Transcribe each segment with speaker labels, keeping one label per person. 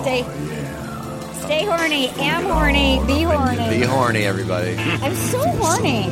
Speaker 1: Stay, stay horny. Am horny. Be horny.
Speaker 2: Be horny, everybody.
Speaker 1: I'm so horny.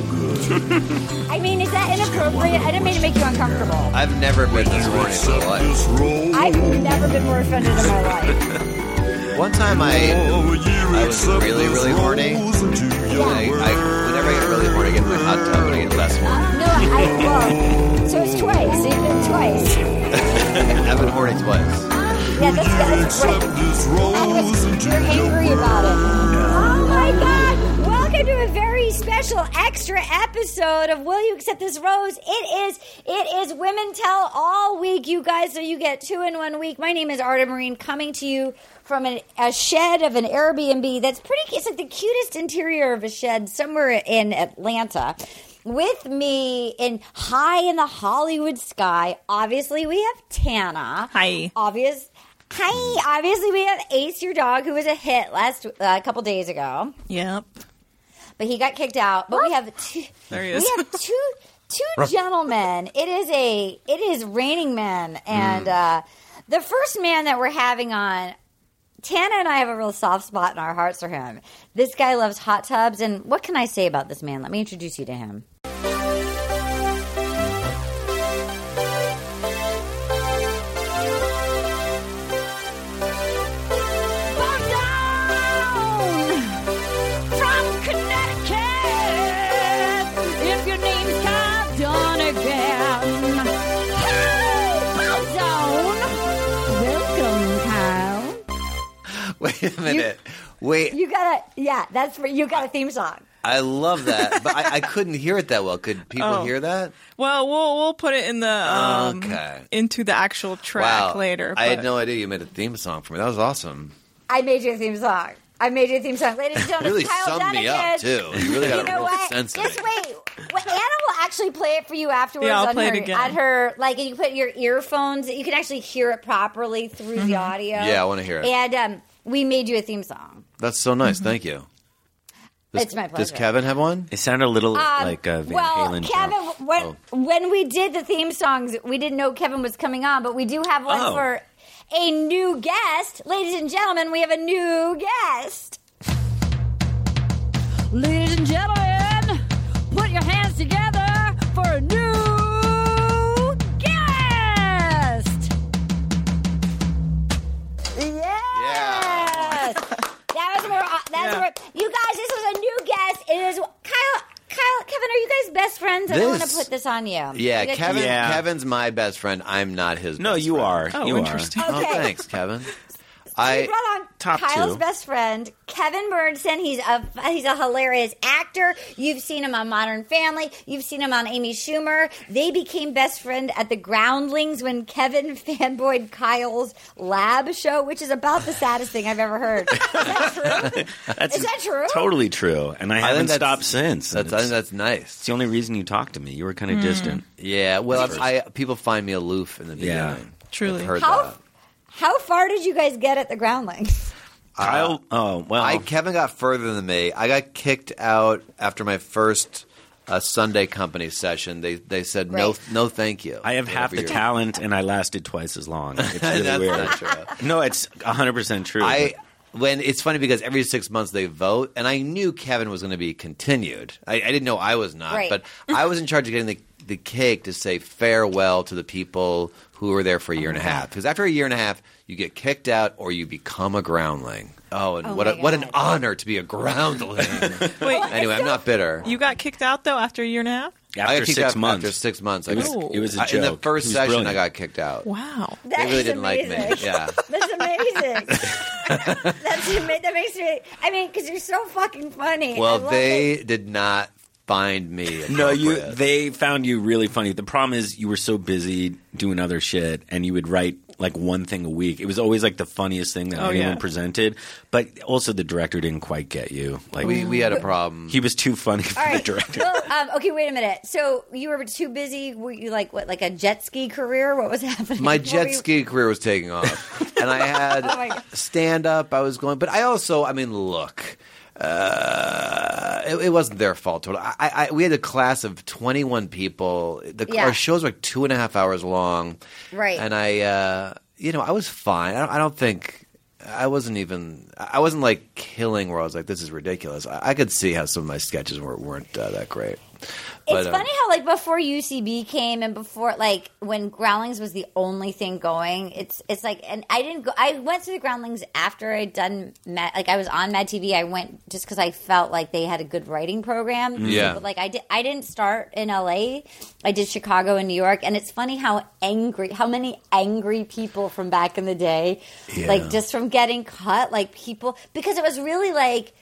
Speaker 1: I mean, is that inappropriate? I didn't mean to make you uncomfortable.
Speaker 2: I've never been this horny in my life.
Speaker 3: This road.
Speaker 1: I've never been more offended in my life.
Speaker 2: One time I,
Speaker 3: Oh, you
Speaker 2: I was
Speaker 3: accept
Speaker 2: really,
Speaker 3: this
Speaker 2: really horny.
Speaker 3: rose into your
Speaker 2: I, I whenever I get really horny, I get in my hot tub and I get less horny.
Speaker 1: No, I well, so it's twice. You've been twice.
Speaker 2: I've been horny twice.
Speaker 1: Yeah, that's that's right.
Speaker 3: Accept this rose
Speaker 1: You're
Speaker 3: into
Speaker 1: angry
Speaker 3: your
Speaker 1: about it. Oh my God! Welcome to a very special extra episode of Will You Accept This Rose? It is it is Women Tell All Week, you guys. So you get two in one week. My name is Arta Marine, coming to you from an, a shed of an Airbnb. That's pretty. It's like the cutest interior of a shed somewhere in Atlanta. With me in high in the Hollywood sky, obviously we have Tana
Speaker 4: Hi.
Speaker 1: obvious. Hi, obviously we have Ace, your dog, who was a hit last uh, a couple days ago,
Speaker 4: Yep.
Speaker 1: but he got kicked out. But we have two,
Speaker 4: There he
Speaker 1: we
Speaker 4: is.
Speaker 1: have two two gentlemen. It is a it is raining men, and uh, the first man that we're having on. Tana and I have a real soft spot in our hearts for him. This guy loves hot tubs, and what can I say about this man? Let me introduce you to him.
Speaker 4: From Connecticut, if your name's Cobb Donegan.
Speaker 1: Welcome, Kyle.
Speaker 2: Wait a minute. Wait,
Speaker 1: You gotta, yeah, that's where you got a theme song.
Speaker 2: I love that, but I, I couldn't hear it that well. Could people
Speaker 4: Oh.
Speaker 2: hear that?
Speaker 4: Well, we'll we'll put it in the um,
Speaker 2: Okay.
Speaker 4: into the actual track
Speaker 2: Wow.
Speaker 4: later.
Speaker 2: I had
Speaker 4: but-
Speaker 2: no idea you made a theme song for me. That was awesome.
Speaker 1: I made you a theme song. I made you a theme song. Ladies and gentlemen,
Speaker 2: really
Speaker 1: Kyle
Speaker 2: summed me
Speaker 1: Donegan.
Speaker 2: up too. You really
Speaker 1: You
Speaker 2: got a
Speaker 1: know
Speaker 2: real
Speaker 1: what?
Speaker 2: sense of
Speaker 1: Just
Speaker 2: it.
Speaker 1: wait. Well, Anna will actually play it for you afterwards.
Speaker 4: Yeah, I'll
Speaker 1: on
Speaker 4: play it
Speaker 1: her,
Speaker 4: again.
Speaker 1: On her, like you put your earphones, you can actually hear it properly through the
Speaker 4: Mm-hmm.
Speaker 1: audio.
Speaker 2: Yeah, I wanna hear it.
Speaker 1: And um, we made you a theme song.
Speaker 2: That's so nice. Thank you. Does-
Speaker 1: Mm-hmm. It's my
Speaker 2: Does
Speaker 1: pleasure.
Speaker 2: Kevin have one?
Speaker 5: It sounded a little
Speaker 1: Um,
Speaker 5: Oh, like a Van
Speaker 1: well,
Speaker 5: Halen.
Speaker 1: Kevin,
Speaker 5: jump.
Speaker 1: when
Speaker 5: Oh.
Speaker 1: when we did the theme songs, we didn't know Kevin was coming on, but we do have one
Speaker 5: Oh.
Speaker 1: for a new guest, ladies and gentlemen. We have a new guest.
Speaker 6: Ladies and gentlemen, put your hands together for a new guest.
Speaker 1: Yes. that was more. That's
Speaker 4: Yeah.
Speaker 1: where you guys. This was a new guest. It is Kyle. Kyle, Kevin, are you guys best friends? I want
Speaker 2: This-
Speaker 1: to put this on you.
Speaker 2: Yeah,
Speaker 1: You guys-
Speaker 2: Kevin.
Speaker 5: Yeah.
Speaker 2: Kevin's my best friend. I'm not his.
Speaker 5: No,
Speaker 2: best
Speaker 5: you
Speaker 2: friend.
Speaker 5: are.
Speaker 4: Oh,
Speaker 5: you
Speaker 4: interesting.
Speaker 5: are.
Speaker 2: Oh,
Speaker 1: Okay.
Speaker 2: thanks, Kevin.
Speaker 1: We
Speaker 2: I
Speaker 1: brought on
Speaker 5: Top
Speaker 1: Kyle's
Speaker 5: two.
Speaker 1: best friend, Kevin Bernson. He's a he's a hilarious actor. You've seen him on Modern Family. You've seen him on Amy Schumer. They became best friend at the Groundlings when Kevin fanboyed Kyle's lab show, which is about the saddest thing I've ever heard. Is that true?
Speaker 5: That's
Speaker 1: Is that true?
Speaker 5: Totally true. And I, haven't
Speaker 2: that's-
Speaker 5: stopped since. and
Speaker 2: that's I
Speaker 5: it's,
Speaker 2: think that's nice.
Speaker 5: it's the only reason you talked to me. You were kind of
Speaker 1: Hmm.
Speaker 5: distant.
Speaker 2: Yeah. Well, I, I people find me aloof in the beginning.
Speaker 5: Yeah.
Speaker 4: Truly.
Speaker 2: I've heard
Speaker 1: How
Speaker 2: that.
Speaker 1: how far did you guys get at the Groundlings?
Speaker 5: Kyle. Oh well.
Speaker 2: I Kevin got further than me. I got kicked out after my first uh, Sunday company session. They they said no
Speaker 1: Right.
Speaker 2: no thank you.
Speaker 5: I have half the
Speaker 2: Whatever your-
Speaker 5: talent, and I lasted twice as long. It's really
Speaker 2: That's
Speaker 5: weird.
Speaker 2: not true.
Speaker 5: No, it's 100 percent true.
Speaker 2: I when it's funny because every six months they vote, and I knew Kevin was going to be continued. I, I didn't know I was not,
Speaker 1: Right.
Speaker 2: but I was in charge of getting the the cake to say farewell to the people who were there for a year
Speaker 1: Oh
Speaker 2: and a half. Because after a year and a half, you get kicked out or you become a groundling. Oh, and what a,
Speaker 1: my
Speaker 2: what an
Speaker 1: God.
Speaker 2: honor to be a groundling.
Speaker 4: Wait,
Speaker 2: anyway, I'm not bitter.
Speaker 4: you got kicked out though after a year and a half?
Speaker 2: I
Speaker 5: but after
Speaker 2: got kicked
Speaker 5: six
Speaker 2: out
Speaker 5: months.
Speaker 2: After six months, I
Speaker 5: it was,
Speaker 2: got,
Speaker 5: it was a
Speaker 2: I-
Speaker 5: joke.
Speaker 2: in the first
Speaker 5: He was
Speaker 2: session, I
Speaker 5: brilliant.
Speaker 2: got kicked out.
Speaker 4: Wow.
Speaker 1: That
Speaker 2: They really
Speaker 1: is
Speaker 2: didn't like me.
Speaker 1: amazing.
Speaker 2: Yeah.
Speaker 1: That's amazing. That's ama- that makes me. I mean, because you're so fucking funny. I
Speaker 2: Well,
Speaker 1: love
Speaker 2: they
Speaker 1: it.
Speaker 2: did not find me.
Speaker 5: No, you.
Speaker 2: appropriate.
Speaker 5: They found you really funny. The problem is you were so busy doing other shit, and you would write like one thing a week. It was always like the funniest thing that
Speaker 4: Oh,
Speaker 5: anyone
Speaker 4: yeah.
Speaker 5: presented. But also, the director didn't quite get you. Like
Speaker 2: we
Speaker 4: um,
Speaker 2: we had a problem.
Speaker 5: he was too funny for
Speaker 1: All right.
Speaker 5: the director.
Speaker 1: Well, um, okay, wait a minute. So you were too busy. Were you like what, like a jet ski career? What was happening?
Speaker 2: my
Speaker 1: What were
Speaker 2: jet
Speaker 1: you-
Speaker 2: ski career was taking off, and I had
Speaker 1: Oh my God.
Speaker 2: stand up. I was going, but I also, I mean, look, uh, it, it wasn't their fault. Total. I, I, we had a class of twenty one people. The,
Speaker 1: Yeah.
Speaker 2: Our shows were like two and a half hours long,
Speaker 1: Right.
Speaker 2: And I, uh, you know, I was fine. I don't, I don't think. I wasn't even. I wasn't like killing where I was like, this is ridiculous. I, I could see how some of my sketches were, weren't uh, that great. um,
Speaker 1: It's funny how like before UCB came and before like when Groundlings was the only thing going, it's it's like and I didn't go. I went to the Groundlings after I'd done Mad, like I was on Mad TV. I went just because I felt like they had a good writing program.
Speaker 2: Yeah.
Speaker 1: but like I did, I didn't start in LA. I did Chicago and New York, and it's funny how angry, how many angry people from back in the day, like just from getting cut, like people because it was really like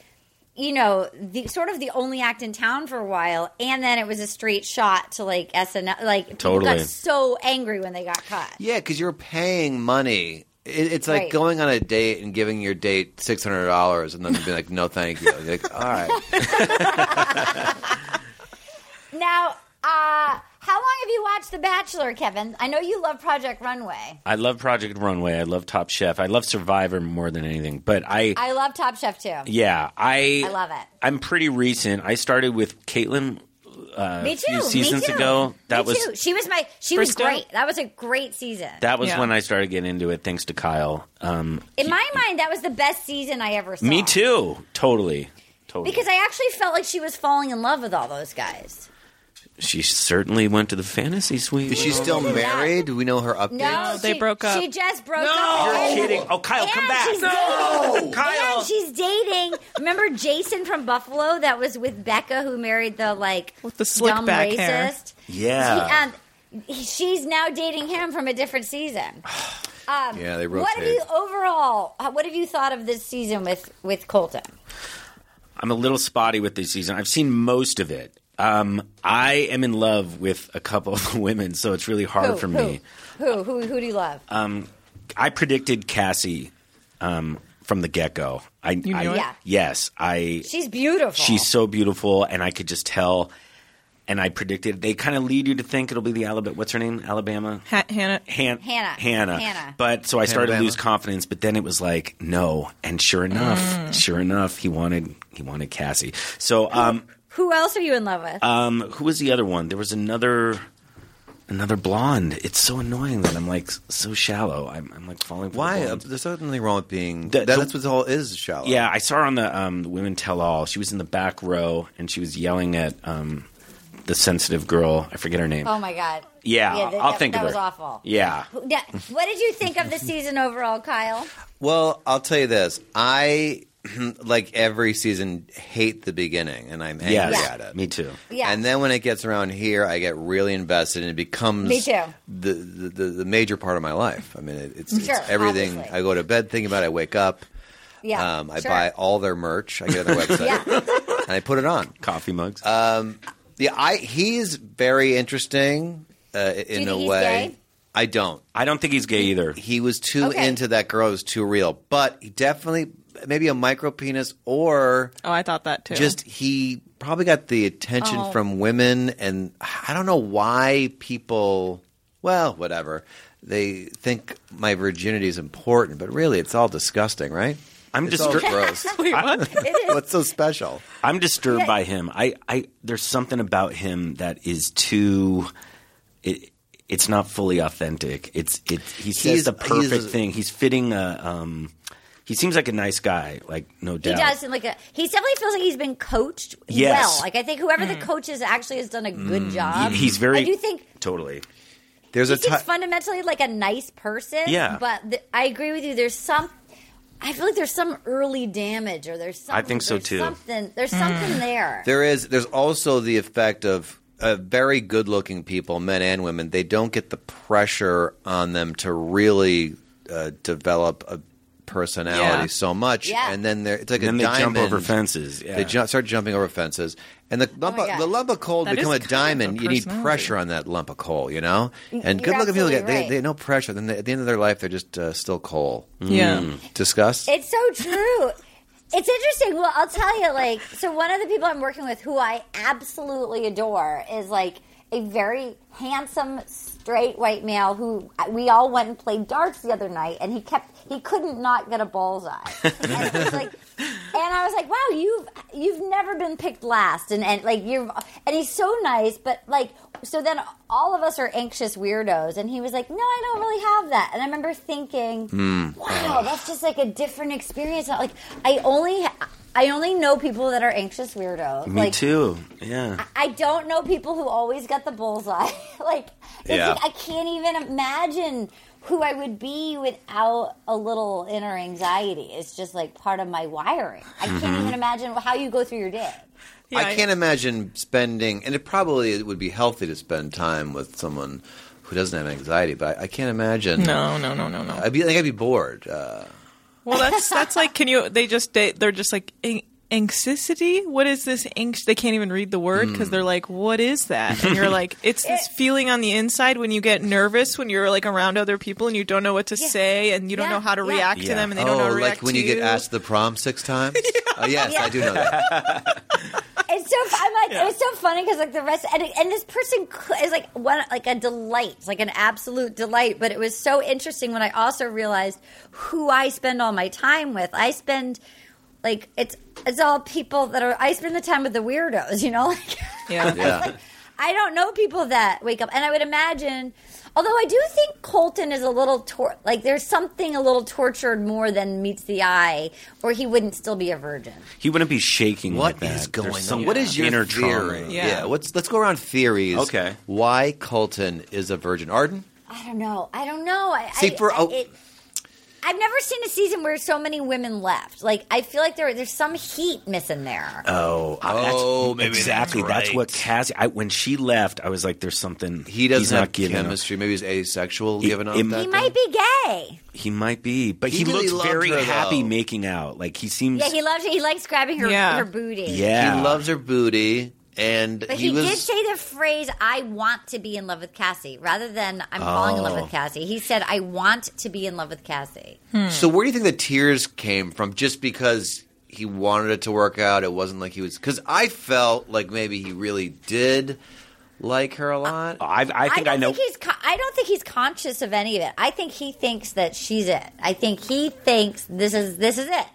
Speaker 1: you know, the sort of the only act in town for a while, and then it was a straight shot to like SNL. Like people
Speaker 5: Totally.
Speaker 1: got so angry when they got caught.
Speaker 2: Yeah, because you're paying money. It, it's like
Speaker 1: Right.
Speaker 2: going on a date and giving your date six hundred dollars, and then being like, "No, thank you." You're like, all right.
Speaker 1: Now, uh, how long have you watched The Bachelor, Kevin? I know you love Project Runway.
Speaker 5: I love Project Runway. I love Top Chef. I love Survivor more than anything. But I,
Speaker 1: I love Top Chef too.
Speaker 5: yeah, I,
Speaker 1: I love it.
Speaker 5: I'm pretty recent. I started with Caitlin.
Speaker 1: me too.
Speaker 5: few
Speaker 1: me
Speaker 5: seasons
Speaker 1: too.
Speaker 5: ago, that
Speaker 1: me
Speaker 5: was-
Speaker 1: too. she was my she was
Speaker 4: Bristol?
Speaker 1: great. That was a great season.
Speaker 5: That was
Speaker 4: Yeah.
Speaker 5: when I started getting into it, thanks to Kyle. Um,
Speaker 1: In my mind, that was the best season I ever saw.
Speaker 5: me too. Totally. Totally.
Speaker 1: Because I actually felt like she was falling in love with all those guys.
Speaker 5: she certainly went to the fantasy suite.
Speaker 2: Is she still married? Do we know her updates?
Speaker 1: No,
Speaker 4: they
Speaker 1: she-
Speaker 4: broke up.
Speaker 1: She just broke
Speaker 4: No!
Speaker 1: up.
Speaker 5: You're
Speaker 1: And-
Speaker 5: kidding. Oh, Kyle,
Speaker 1: and
Speaker 5: come back.
Speaker 1: She's dating.
Speaker 5: Kyle.
Speaker 1: And she's dating. Remember Jason from Buffalo that was with Becca who married the like
Speaker 4: With the slick
Speaker 1: dumb
Speaker 4: back
Speaker 1: racist.
Speaker 4: hair.
Speaker 5: Yeah.
Speaker 1: She- um, he- she's now dating him from a different season. Um,
Speaker 2: Yeah, they
Speaker 1: What have
Speaker 2: rotate.
Speaker 1: you overall? uh, What have you thought of this season with with Colton?
Speaker 5: I'm a little spotty with this season. I've seen most of it. Um, I am in love with a couple of women, so it's really hard
Speaker 1: Who,
Speaker 5: for
Speaker 1: who,
Speaker 5: me. Uh,
Speaker 1: Who who who do you love?
Speaker 5: I predicted Cassie um, from the get go. I, you
Speaker 4: knew
Speaker 5: I
Speaker 4: it?
Speaker 1: Yeah.
Speaker 5: yes, I
Speaker 1: she's beautiful.
Speaker 5: She's so beautiful, and I could just tell. And I predicted they kind of lead you to think it'll be the Alabama. What's her name? Alabama.
Speaker 4: Ha- Hannah.
Speaker 5: Han-
Speaker 1: Hannah.
Speaker 5: Hannah.
Speaker 1: Hannah.
Speaker 5: But so I started to
Speaker 2: Alabama.
Speaker 5: lose confidence, but then it was like no, and sure enough,
Speaker 1: Mm.
Speaker 5: sure enough, he wanted he wanted Cassie. So um,
Speaker 1: who else are you in love with?
Speaker 5: um, who was the other one? There was another another blonde. It's so annoying that I'm like s- so shallow. I'm, I'm like falling. For the
Speaker 2: Why?
Speaker 5: blondes.
Speaker 2: There's nothing wrong with being.
Speaker 5: The-
Speaker 2: that,
Speaker 5: the-
Speaker 2: that's what the whole is shallow.
Speaker 5: Yeah, I saw her on the um, the Women Tell All. She was in the back row and she was yelling at um, the sensitive girl. I forget her name.
Speaker 1: oh my god.
Speaker 5: yeah,
Speaker 1: yeah, that-
Speaker 5: I'll
Speaker 1: that-
Speaker 5: think
Speaker 1: that
Speaker 5: of
Speaker 1: was
Speaker 5: her.
Speaker 1: awful.
Speaker 5: Yeah,
Speaker 1: Yeah. What did you think of the season overall, Kyle?
Speaker 2: Well, I'll tell you this. I like every season hate the beginning, and I'm angry
Speaker 5: yes,
Speaker 2: at it.
Speaker 5: me too.
Speaker 1: Yeah.
Speaker 2: And then when it gets around here, I get really invested, and it becomes
Speaker 1: Me too.
Speaker 2: The, the, the, the major part of my life. I mean, it, it's,
Speaker 1: Sure,
Speaker 2: it's everything.
Speaker 1: obviously.
Speaker 2: I go to bed thinking about. it. I wake up.
Speaker 1: Yeah.
Speaker 2: Um, I
Speaker 1: sure.
Speaker 2: buy all their merch. I get on their website
Speaker 1: Yeah.
Speaker 2: and I put it on.
Speaker 5: Coffee mugs.
Speaker 2: Yeah, I he's very interesting uh, in
Speaker 1: think
Speaker 2: a
Speaker 1: he's
Speaker 2: way.
Speaker 1: gay?
Speaker 2: I don't.
Speaker 5: I don't think he's gay either.
Speaker 2: He was too
Speaker 1: Okay.
Speaker 2: into that girl. It was too real. But he definitely maybe a micro penis or
Speaker 4: Oh, I thought that too.
Speaker 2: just he probably got the attention
Speaker 4: Oh.
Speaker 2: from women and I don't know why people well, whatever. They think my virginity is important, but really it's all disgusting, right?
Speaker 5: I'm
Speaker 2: it's
Speaker 5: distur-
Speaker 2: all gross.
Speaker 4: Wait, what?
Speaker 2: What's so special?
Speaker 5: I'm disturbed by him. I, I there's something about him that is too. It, it's not fully authentic. It's it. He says
Speaker 2: He's-
Speaker 5: the perfect
Speaker 2: he's-
Speaker 5: thing. He's fitting a. Um, he seems like a nice guy. Like no
Speaker 1: He
Speaker 5: doubt.
Speaker 1: does seem like a. He definitely feels like he's been coached
Speaker 5: Yes. Mm.
Speaker 1: well. Like I think whoever the coach is actually has done a good job.
Speaker 5: He's very.
Speaker 1: I do think
Speaker 5: totally.
Speaker 2: There's
Speaker 1: he
Speaker 2: a ti-
Speaker 1: seems fundamentally like a nice person.
Speaker 5: Yeah.
Speaker 1: But th- I agree with you. There's some. I feel like there's some early damage, or there's something.
Speaker 5: think so,
Speaker 1: there's
Speaker 5: too. Hmm.
Speaker 1: Something there's something there.
Speaker 2: There is. There's also the effect of uh, very good-looking people, men and women. They don't get the pressure on them to really uh, develop a personality
Speaker 4: Yeah.
Speaker 2: so much,
Speaker 1: Yeah.
Speaker 2: and then they're, it's like
Speaker 5: And then
Speaker 2: a
Speaker 5: they
Speaker 2: diamond.
Speaker 5: jump over fences. Yeah.
Speaker 2: They ju- start jumping over fences, and the lump,
Speaker 1: my
Speaker 2: of,
Speaker 1: God.
Speaker 2: the lump of coal to
Speaker 4: Oh That
Speaker 2: become
Speaker 4: is
Speaker 2: a
Speaker 4: kind of
Speaker 2: diamond.
Speaker 4: a
Speaker 2: You need
Speaker 4: personality.
Speaker 2: pressure on that lump of coal, you know.
Speaker 1: you're
Speaker 2: And good-looking people
Speaker 1: absolutely
Speaker 2: get they,
Speaker 1: right.
Speaker 2: they have no pressure. Then they, at the end of their life, they're just uh, still coal.
Speaker 4: Yeah.
Speaker 5: Hmm.
Speaker 2: Disgust.
Speaker 1: It's so true. It's interesting. Well, I'll tell you, like, so one of the people I'm working with who I absolutely adore is like a very handsome, straight white male who we all went and played darts the other night, and he kept, he couldn't not get a bullseye. And it was like, and I was like, wow, you've you've never been picked last, and and like you're, and he's so nice, but like so then all of us are anxious weirdos, and he was like, no, I don't really have that, and I remember thinking, wow, that's just like a different experience. Like I only. I only know people that are anxious weirdos.
Speaker 5: Me
Speaker 1: like,
Speaker 5: too. Yeah.
Speaker 1: I don't know people who always got the bullseye. like, it's
Speaker 2: Yeah.
Speaker 1: like, I can't even imagine who I would be without a little inner anxiety. It's just like part of my wiring. I can't even imagine how you go through your day.
Speaker 4: Yeah,
Speaker 2: I can't imagine spending, and it probably it would be healthy to spend time with someone who doesn't have anxiety. But I, I can't imagine.
Speaker 4: No, no, no, no, no.
Speaker 2: I'd be like I'd be bored. Uh,
Speaker 4: Well, that's that's like, can you? They just they, they're just like an- anxiousity. What is this anx? They can't even read the
Speaker 2: Hmm.
Speaker 4: word because they're like, what is that? And you're like, it's this feeling on the inside when you get nervous when you're like around other people and you don't know what to say and you don't
Speaker 1: Yeah,
Speaker 4: know how to
Speaker 1: yeah.
Speaker 4: react
Speaker 5: Yeah.
Speaker 4: to them and they don't know how
Speaker 2: oh,
Speaker 4: to react
Speaker 2: like when
Speaker 4: to
Speaker 2: you get asked to the prom six times. Oh, yes,
Speaker 1: Yeah.
Speaker 2: I do know that.
Speaker 1: It's so I'm like it was so funny because like the rest and, and this person cl- is like one like a delight, like an absolute delight. But it was so interesting when I also realized who I spend all my time with. I spend like it's it's all people that are I spend the time with the weirdos, you know. Like,
Speaker 4: Yeah.
Speaker 2: Yeah.
Speaker 1: I don't know people that wake up, and I would imagine. Although I do think Colton is a little tor- like there's something a little tortured more than meets the eye, or he wouldn't still be a virgin.
Speaker 5: He wouldn't be shaking
Speaker 2: What
Speaker 5: like that.
Speaker 2: is
Speaker 5: There's
Speaker 2: going on?
Speaker 5: some
Speaker 2: What is your
Speaker 5: inner
Speaker 2: theory?
Speaker 5: trauma.
Speaker 2: Yeah.
Speaker 4: Yeah.
Speaker 2: Let's let's go around theories.
Speaker 5: Okay.
Speaker 2: Why Colton is a virgin? Arden.
Speaker 1: I don't know. I don't know. I,
Speaker 2: See,
Speaker 1: I-
Speaker 2: for-
Speaker 1: I,
Speaker 2: oh.
Speaker 1: it, I've never seen a season where so many women left. Like I feel like there there's some heat missing there.
Speaker 5: Oh,
Speaker 2: Oh, maybe that's
Speaker 5: exactly. That's,
Speaker 2: right.
Speaker 5: what Cassie. I, when she left, I was like, "There's something
Speaker 2: He doesn't
Speaker 5: he's
Speaker 2: have
Speaker 5: not giving up.
Speaker 2: chemistry. Maybe he's asexual.
Speaker 5: It-
Speaker 2: given up
Speaker 5: it-
Speaker 2: that
Speaker 1: he
Speaker 2: thing?
Speaker 1: might be gay.
Speaker 5: He might be, but
Speaker 2: He
Speaker 5: he,
Speaker 2: really
Speaker 5: looked
Speaker 2: loved
Speaker 5: very
Speaker 2: her,
Speaker 5: happy
Speaker 2: though.
Speaker 5: making out. Like he seems.
Speaker 1: Yeah, he loves. He likes grabbing her
Speaker 4: Yeah.
Speaker 1: her booty.
Speaker 5: Yeah.
Speaker 2: He loves her booty, and
Speaker 1: But
Speaker 2: he,
Speaker 1: he,
Speaker 2: was.
Speaker 1: did say the phrase "I want to be in love with Cassie" rather than "I'm falling in love
Speaker 5: Oh.
Speaker 1: with Cassie." He said, "I want to be in love with Cassie."
Speaker 2: So where do you think the tears came from? Just because he wanted it to work out, it wasn't like he was. Because I felt like maybe he really did like her a lot.
Speaker 5: I, I think I,
Speaker 1: don't
Speaker 5: know.
Speaker 1: Think he's con- I don't think he's conscious of any of it. I think he thinks that she's it. I think he thinks this is this is it.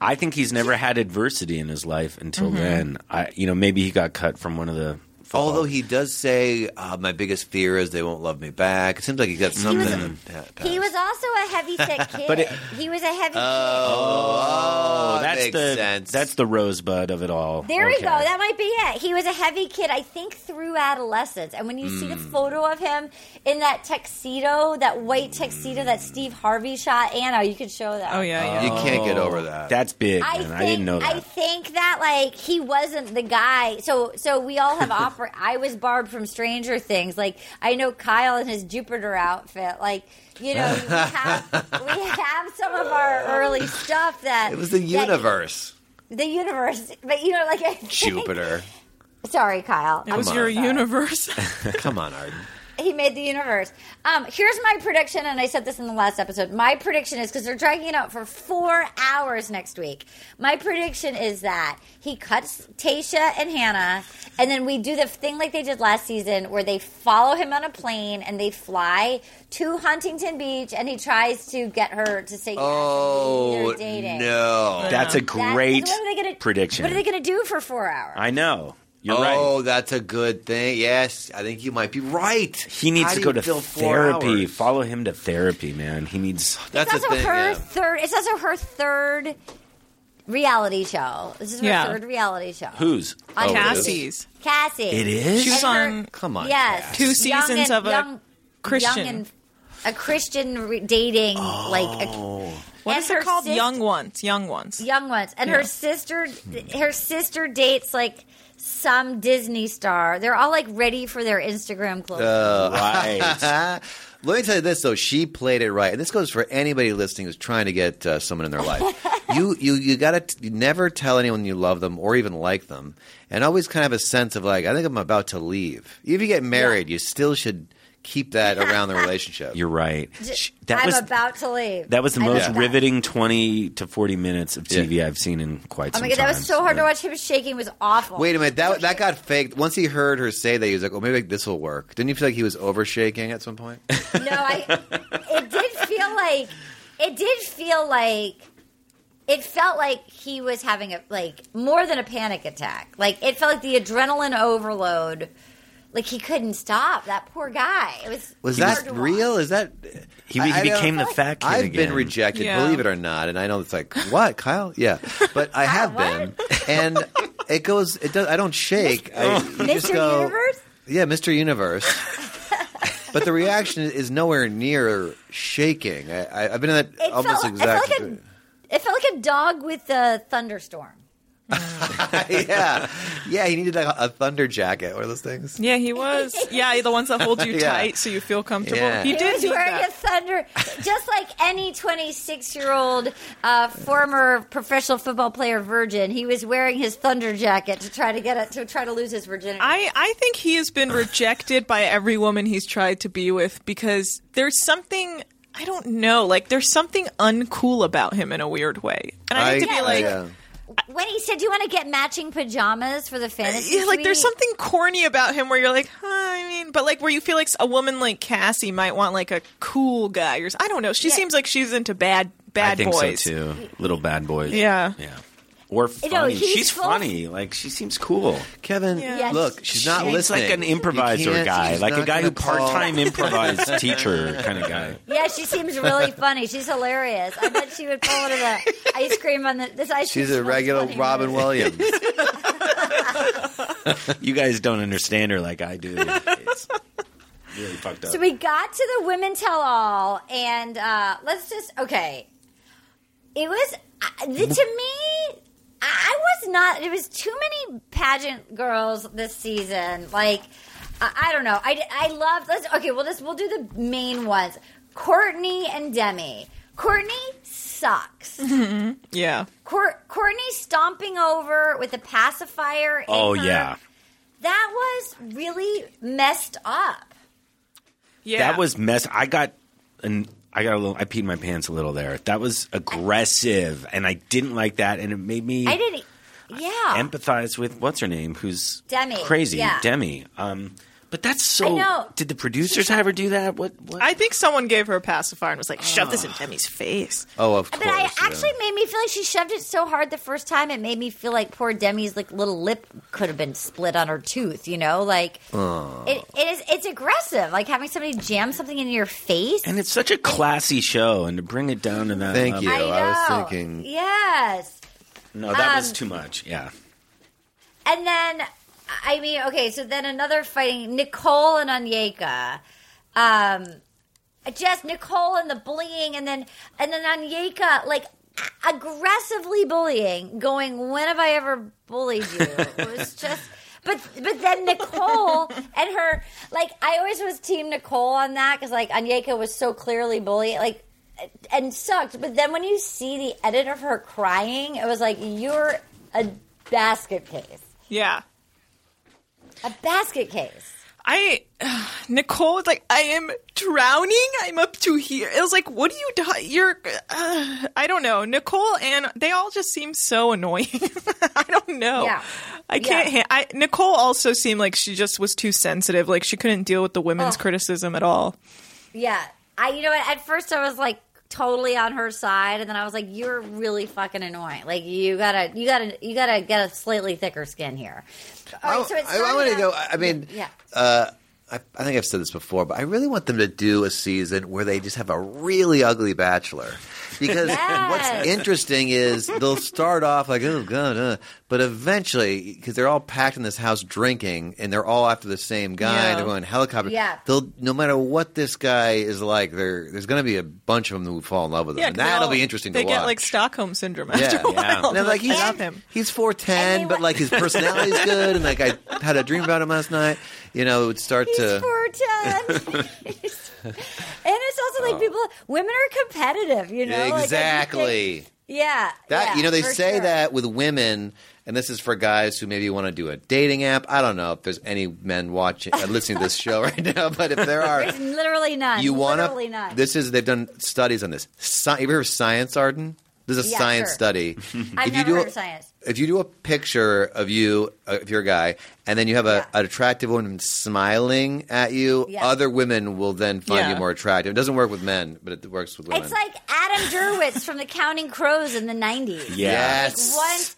Speaker 5: I think he's never had adversity in his life until
Speaker 1: Mm-hmm.
Speaker 5: then. I, you know, maybe he got cut from one of the. football-
Speaker 2: Although he does say, uh, "My biggest fear is they won't love me back." It seems like he got something.
Speaker 1: was-
Speaker 2: in the pa- past.
Speaker 1: He was also a heavy set kid.
Speaker 5: But it-
Speaker 1: he was a heavy
Speaker 2: Oh,
Speaker 5: oh, that's
Speaker 2: makes
Speaker 5: the
Speaker 2: sense.
Speaker 5: that's the rosebud of it all.
Speaker 1: kid. There we
Speaker 5: Okay.
Speaker 1: go. That might be it. He was a heavy kid, I think, through adolescence. And when you see the
Speaker 5: Hmm.
Speaker 1: photo of him in that tuxedo, that white tuxedo that Steve Harvey shot, Anna, you could show that.
Speaker 4: Oh yeah, yeah.
Speaker 2: you can't get over that.
Speaker 5: that's big.
Speaker 1: I
Speaker 5: man.
Speaker 1: think,
Speaker 5: I didn't know that.
Speaker 1: I think that like he wasn't the guy. So so we all have opera. I was Barb from Stranger Things. Like I know Kyle in his Jupiter outfit. Like you know we have, we have some of our early stuff that
Speaker 2: it was the
Speaker 1: that-
Speaker 2: universe,
Speaker 1: the universe. But you know like I think-
Speaker 2: Jupiter.
Speaker 1: Sorry, Kyle.
Speaker 4: It was
Speaker 2: on.
Speaker 4: your universe.
Speaker 2: Come on, Arden.
Speaker 1: He made the universe. Um, here's my prediction, and I said this in the last episode. My prediction is because they're dragging it out for four hours next week. My prediction is that he cuts Tasha and Hannah, and then we do the thing like they did last season, where they follow him on a plane and they fly to Huntington Beach, and he tries to get her to say yes. and
Speaker 2: Oh
Speaker 1: they're dating.
Speaker 2: no!
Speaker 5: that's a
Speaker 1: That-
Speaker 5: great
Speaker 1: what are they gonna,
Speaker 5: prediction.
Speaker 1: What are they going to do for four hours?
Speaker 5: I know. You're
Speaker 2: oh,
Speaker 5: right.
Speaker 2: that's a good thing. Yes, I think you might be right.
Speaker 5: He needs
Speaker 2: How
Speaker 5: to
Speaker 2: do
Speaker 5: go
Speaker 2: you
Speaker 5: to
Speaker 2: fill four
Speaker 5: therapy.
Speaker 2: hours?
Speaker 5: Follow him to therapy, man. He needs.
Speaker 2: That's
Speaker 1: it's
Speaker 2: the
Speaker 1: also
Speaker 2: thing.
Speaker 1: her
Speaker 2: yeah.
Speaker 1: third. It's also her third reality show. This is her
Speaker 4: Yeah.
Speaker 1: third reality show.
Speaker 5: Who's?
Speaker 1: On
Speaker 2: Oh, it is?
Speaker 4: Cassie's.
Speaker 1: Cassie.
Speaker 5: It is?
Speaker 4: She was
Speaker 1: And her-
Speaker 4: on
Speaker 2: Come on,
Speaker 1: Yes,
Speaker 4: Two
Speaker 1: Young and-
Speaker 4: seasons of a
Speaker 1: young,
Speaker 4: Christian.
Speaker 1: young and a Christian re- dating like a,
Speaker 4: What
Speaker 1: and
Speaker 4: is
Speaker 1: her
Speaker 4: it called?
Speaker 1: sis-
Speaker 4: young ones. Young ones.
Speaker 1: young ones, and
Speaker 4: Yeah.
Speaker 1: her sister. Her sister dates like some Disney star. They're all like ready for their Instagram clothes.
Speaker 5: Uh, Right.
Speaker 2: Uh, Let me tell you this though, she played it right, and this goes for anybody listening who's trying to get uh, someone in their life. you you you gotta t- never tell anyone you love them or even like them, and always kind of have a sense of like I think I'm about to leave. If you get married, you still should keep that around the relationship.
Speaker 5: You're right. Sh- That
Speaker 1: I'm
Speaker 5: was
Speaker 1: about to leave.
Speaker 5: that was the
Speaker 1: I
Speaker 5: most
Speaker 1: love that.
Speaker 5: riveting twenty to forty minutes of TV
Speaker 2: Yeah.
Speaker 5: I've seen in quite
Speaker 1: Oh my
Speaker 5: some time.
Speaker 1: god, that was so hard to
Speaker 5: Yeah.
Speaker 1: watch. Him shaking was awful.
Speaker 2: Wait a minute, that that got faked. Once he heard her say that, he was like, "Oh, maybe like, this will work." Didn't you feel like he was overshaking at some point?
Speaker 1: No, I. It did feel like. It did feel like it felt like he was having a like more than a panic attack. Like it felt like the adrenaline overload. Like he couldn't stop. That poor guy. It was
Speaker 2: Was
Speaker 1: hard
Speaker 2: that
Speaker 1: to watch.
Speaker 2: real? Is that
Speaker 5: He,
Speaker 2: I-
Speaker 5: he
Speaker 2: I don't-
Speaker 5: became the fat kid
Speaker 2: I've
Speaker 5: again.
Speaker 2: been rejected,
Speaker 4: Yeah.
Speaker 2: believe it or not, and I know it's like what, Kyle? Yeah, but
Speaker 1: Ah,
Speaker 2: I have been, and it goes. It does. I don't shake. I, you just
Speaker 1: Mr.
Speaker 2: go-
Speaker 1: Universe?
Speaker 2: Yeah, Mr. Universe. but the reaction is nowhere near shaking. I, I, I've been in that
Speaker 1: It felt,
Speaker 2: almost
Speaker 1: like-
Speaker 2: exact.
Speaker 1: it felt like a, it felt like a dog with a thunderstorm.
Speaker 2: yeah, yeah. He needed like a, a thunder jacket, one of those things.
Speaker 4: Yeah, he was. Yeah, the ones that hold you
Speaker 2: Yeah.
Speaker 4: tight so you feel comfortable.
Speaker 2: Yeah.
Speaker 4: He
Speaker 1: He
Speaker 4: did
Speaker 1: was
Speaker 4: need
Speaker 1: wearing
Speaker 4: that.
Speaker 1: a thunder, just like any 26 year old uh, former professional football player virgin. He was wearing his thunder jacket to try to get it to try to lose his virginity.
Speaker 4: I, I think he has been rejected by every woman he's tried to be with because there's something I don't know, like there's something uncool about him in a weird way. And I, need to be
Speaker 1: Yeah,
Speaker 4: like
Speaker 2: yeah.
Speaker 1: when he said, "Do you want to get matching pajamas for the fantasy?"
Speaker 4: eh, yeah, like there's
Speaker 1: suite?"
Speaker 4: something corny about him where you're like, huh, I mean, but like where you feel like a woman like Cassie might want like a cool guy or s- I don't know. She
Speaker 1: Yeah.
Speaker 4: seems like she's into bad bad
Speaker 5: I think
Speaker 4: boys.
Speaker 5: so too. Little bad boys.
Speaker 4: Yeah.
Speaker 5: Yeah. Or funny.
Speaker 1: he's
Speaker 5: she's
Speaker 1: full-
Speaker 5: funny. Like she seems cool.
Speaker 2: Kevin,
Speaker 1: Yes.
Speaker 2: look, she's not
Speaker 5: She's
Speaker 2: listening.
Speaker 5: like an
Speaker 2: You
Speaker 5: improviser
Speaker 2: can't-
Speaker 5: guy,
Speaker 2: she's
Speaker 5: like a
Speaker 2: not
Speaker 5: guy who
Speaker 2: gonna call.
Speaker 5: part-time improvised teacher kind of guy.
Speaker 1: Yeah, she seems really funny. She's hilarious. I bet she would pull out of the ice cream on the this ice cream.
Speaker 2: She's a
Speaker 1: smells
Speaker 2: regular
Speaker 1: funny.
Speaker 2: Robin Williams.
Speaker 5: You guys don't understand her like I do. It's really fucked up.
Speaker 1: So we got to the women tell all, and uh, let's just okay. It was uh, the, to me. I- I was not. It was too many pageant girls this season. Like I, I don't know. I I love. Let's okay. Well, this we'll do the main ones. Courtney and Demi. Courtney sucks.
Speaker 4: Yeah.
Speaker 1: Cour- Courtney stomping over with a pacifier. in
Speaker 5: oh
Speaker 1: her.
Speaker 5: yeah.
Speaker 1: that was really messed up.
Speaker 4: Yeah.
Speaker 5: That was mess. I got an I got a little I peed my pants a little there. That was aggressive and I didn't like that and it made me
Speaker 1: I didn't. Yeah.
Speaker 5: empathize with what's her name who's
Speaker 1: Demi,
Speaker 5: crazy
Speaker 1: yeah.
Speaker 5: Demi. Um but that's
Speaker 1: I
Speaker 5: so
Speaker 1: know.
Speaker 5: did the producers have her do that? What what
Speaker 4: I think someone gave her a pacifier and was like, shove this in Demi's face.
Speaker 2: Oh, of course.
Speaker 1: But I
Speaker 2: yeah.
Speaker 1: actually made me feel like she shoved it so hard the first time it made me feel like poor Demi's like little lip could have been split on her tooth. You know, like it, it is. It's aggressive. Like having somebody jam something in your face.
Speaker 5: and it's such a classy show and to bring it down to that
Speaker 2: Thank
Speaker 5: level-
Speaker 2: you.
Speaker 1: I know.
Speaker 2: I was thinking-
Speaker 1: Yes.
Speaker 5: No, that was
Speaker 1: Um,
Speaker 5: too much. Yeah.
Speaker 1: And then, I mean, okay, so then another fighting Nicole and Onyeka. Um, just Nicole and the bullying, and then and then Onyeka like aggressively bullying, going, "When have I ever bullied you?" It was just. But, but then Nicole and her like I always was team Nicole on that because like Anyeka was so clearly bullied like and sucked. But then when you see the edit of her crying, it was like you're a basket case.
Speaker 4: Yeah.
Speaker 1: A basket case.
Speaker 4: I Nicole was like, I am drowning. I'm up to here. It was like, what do you? Do- you're. Uh, I don't know. Nicole and they all just seem so annoying. I don't know.
Speaker 1: Yeah.
Speaker 4: I can't.
Speaker 1: Yeah.
Speaker 4: ha- I, Nicole also seemed like she just was too sensitive. Like she couldn't deal with the women's
Speaker 1: Ugh.
Speaker 4: criticism at all.
Speaker 1: Yeah. I you know what at first I was like totally on her side and then I was like, You're really fucking annoying. Like you gotta you gotta you gotta get a slightly thicker skin here. All right, so it
Speaker 2: I,
Speaker 1: started
Speaker 2: want to
Speaker 1: out-
Speaker 2: go. I I mean,
Speaker 1: Yeah.
Speaker 2: I, I think I've said this before, but I really want them to do a season where they just have a really ugly bachelor. Because
Speaker 1: Yes.
Speaker 2: what's interesting is they'll start off like, oh, God, uh, but eventually, because they're all packed in this house drinking and they're all after the same guy,
Speaker 4: Yeah.
Speaker 2: they're going helicopter.
Speaker 1: Yeah.
Speaker 2: They'll, no matter what this guy is like, there there's going to be a bunch of them who fall in love with him.
Speaker 4: Yeah, 'cause
Speaker 2: and
Speaker 4: they
Speaker 2: that'll
Speaker 4: all-
Speaker 2: be interesting
Speaker 4: They
Speaker 2: to
Speaker 4: get
Speaker 2: watch.
Speaker 4: like Stockholm syndrome
Speaker 2: Yeah,
Speaker 4: after a
Speaker 5: yeah.
Speaker 4: while.
Speaker 2: And I'm like, he's
Speaker 4: Stop him.
Speaker 2: he's
Speaker 1: And they
Speaker 2: 410,
Speaker 1: wa-
Speaker 2: but like his personality's good, and like I had a dream about him last night. You know, it would start
Speaker 1: He's
Speaker 2: to.
Speaker 1: four ten. and it's also
Speaker 2: Oh.
Speaker 1: like people women are competitive, you know? Like, I do
Speaker 2: exactly.
Speaker 1: think- yeah.
Speaker 2: that
Speaker 1: yeah,
Speaker 2: you know they
Speaker 1: for
Speaker 2: say
Speaker 1: sure.
Speaker 2: that with women, and this is for guys who maybe want to do a dating app. I don't know if there's any men watching uh, listening to this show right now, but if there are,
Speaker 1: There's literally none.
Speaker 2: you want
Speaker 1: literally none.
Speaker 2: to. This is they've done studies on this. Sci- have you ever heard of science, Arden? This is a
Speaker 1: Yeah,
Speaker 2: science
Speaker 1: sure.
Speaker 2: study.
Speaker 1: I've
Speaker 2: if
Speaker 1: never
Speaker 2: you do
Speaker 1: heard
Speaker 2: a,
Speaker 1: of science.
Speaker 2: If you do a picture of you, uh, if you're a guy, and then you have a,
Speaker 1: Yeah.
Speaker 2: an attractive woman smiling at you,
Speaker 1: Yeah.
Speaker 2: other women will then find
Speaker 4: Yeah.
Speaker 2: you more attractive. It doesn't work with men, but it works with women.
Speaker 1: It's like Adam Derwitz from The Counting Crows in the 90s.
Speaker 5: Yeah.
Speaker 2: Yes.
Speaker 1: Once,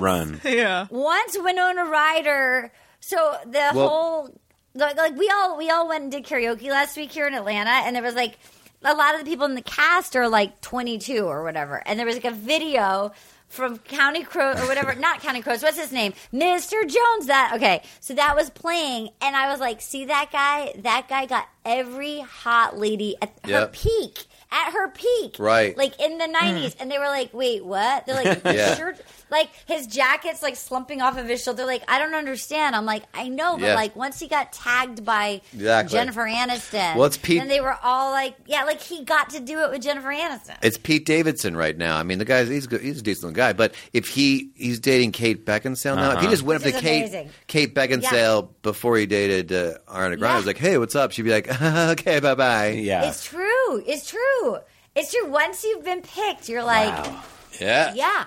Speaker 1: like, once-
Speaker 5: run.
Speaker 4: Yeah.
Speaker 1: Once Winona Ryder, so the
Speaker 2: Well-
Speaker 1: whole like, like we all we all went and did karaoke last week here in Atlanta, and there was like a lot of the people in the cast are like 22 or whatever, and there was like a video from County Crow or whatever, not County Crows. What's his name? Mr. Jones. That okay? So that was playing, and I was like, see that guy? That guy got every hot lady at her
Speaker 2: Yep.
Speaker 1: peak. At her peak,
Speaker 2: Right.
Speaker 1: Like in the '90s, and they were like, "Wait, what?" They're like,
Speaker 2: Mm-hmm. Yeah.
Speaker 1: "Sure." like his jacket's like slumping off of his shoulder. Like I don't understand. I'm like I know, but
Speaker 2: Yeah.
Speaker 1: like once he got tagged by
Speaker 2: Exactly.
Speaker 1: Jennifer Aniston,
Speaker 2: Well, it's Pete-
Speaker 1: and they were all like, yeah, like he got to do it with Jennifer Aniston.
Speaker 2: It's Pete Davidson right now. I mean, the guy's he's good, he's a decent guy, but if he he's dating Kate Beckinsale now, if he just went up
Speaker 1: This
Speaker 2: to
Speaker 1: is
Speaker 2: Kate
Speaker 1: amazing.
Speaker 2: Kate Beckinsale before he dated uh, Ariana Grande,
Speaker 1: Yeah.
Speaker 2: was like, "Hey, what's up?" She'd be like, "Okay, bye bye."
Speaker 5: Yeah.
Speaker 1: It's true. It's true. It's true. Once you've been picked, you're like,
Speaker 2: yeah,
Speaker 1: yeah,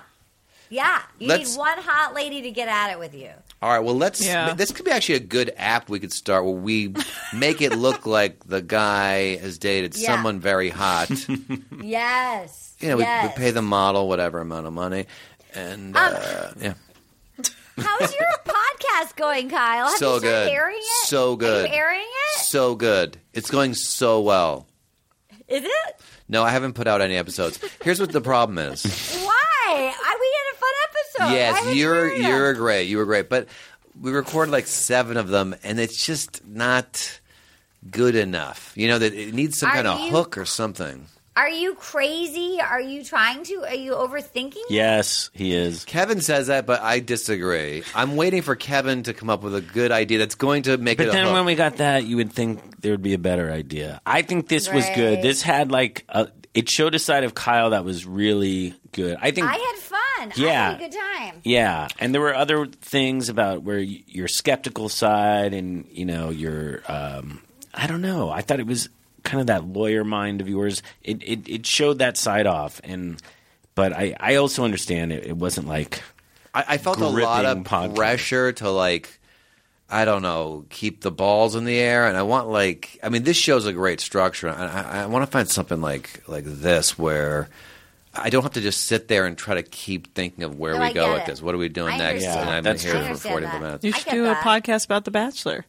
Speaker 1: yeah. You
Speaker 2: Let's-
Speaker 1: need one hot lady to get at it with you.
Speaker 2: All right, well, let's.
Speaker 4: Yeah.
Speaker 2: This could be actually a good app we could start where we make it look like the guy has dated
Speaker 1: Yeah.
Speaker 2: someone very hot. you
Speaker 1: Yes.
Speaker 2: know, we,
Speaker 1: yes.
Speaker 2: we pay the model whatever amount of money, and
Speaker 1: Um,
Speaker 2: uh, yeah.
Speaker 1: How's your podcast going, Kyle? Have
Speaker 2: So
Speaker 1: you started
Speaker 2: good.
Speaker 1: oh, airing it?
Speaker 2: So
Speaker 1: Are
Speaker 2: good.
Speaker 1: you airing it?
Speaker 2: So good. It's going so well.
Speaker 1: Is it?
Speaker 2: No, I haven't put out any episodes. Here's what the problem is.
Speaker 1: Why? I, we had a fun episode. Oh, I
Speaker 2: yes,
Speaker 1: haven't
Speaker 2: you're
Speaker 1: heard 'em.
Speaker 2: you're great. You were great, but we recorded like seven of them, and it's just not good enough. You know that it needs some
Speaker 1: Are
Speaker 2: kind of
Speaker 1: you-
Speaker 2: hook or something.
Speaker 1: Are you crazy? Are you trying to? Are you overthinking?
Speaker 5: Yes, he is.
Speaker 2: Kevin says that, but I disagree. I'm waiting for Kevin to come up with a good idea that's going to make it.
Speaker 5: But
Speaker 2: a
Speaker 5: then
Speaker 2: hook.
Speaker 5: when we got that, you would think there would be a better idea. I think this was good.
Speaker 1: Right.
Speaker 5: This had like a, it showed a side of Kyle that was really good. I think
Speaker 1: I had fun. I
Speaker 5: Yeah.
Speaker 1: had a good time.
Speaker 5: yeah, and there were other things about where y- your skeptical side and you know your um, I don't know. I thought it was kind of that lawyer mind of yours. It it, it showed that side off, and but I I also understand it, it wasn't like
Speaker 2: I, I felt a lot of
Speaker 5: gripping podcast.
Speaker 2: pressure to like, I don't know, keep the balls in the air, and I want like, I mean, this show's a great structure. and I, I, I want to find something like like this where I don't have to just sit there and try to keep thinking of where
Speaker 1: No,
Speaker 2: we
Speaker 1: I
Speaker 2: go
Speaker 1: get
Speaker 2: with
Speaker 1: it.
Speaker 2: this. What are we doing
Speaker 1: I
Speaker 2: next?
Speaker 1: understand.
Speaker 2: And
Speaker 5: Yeah,
Speaker 2: I've
Speaker 5: that's
Speaker 2: been here
Speaker 5: true. I
Speaker 2: for
Speaker 1: understand
Speaker 2: forty
Speaker 1: that.
Speaker 2: minutes.
Speaker 4: You
Speaker 1: I
Speaker 4: should
Speaker 1: get
Speaker 4: do
Speaker 1: that.
Speaker 4: a podcast about The Bachelor.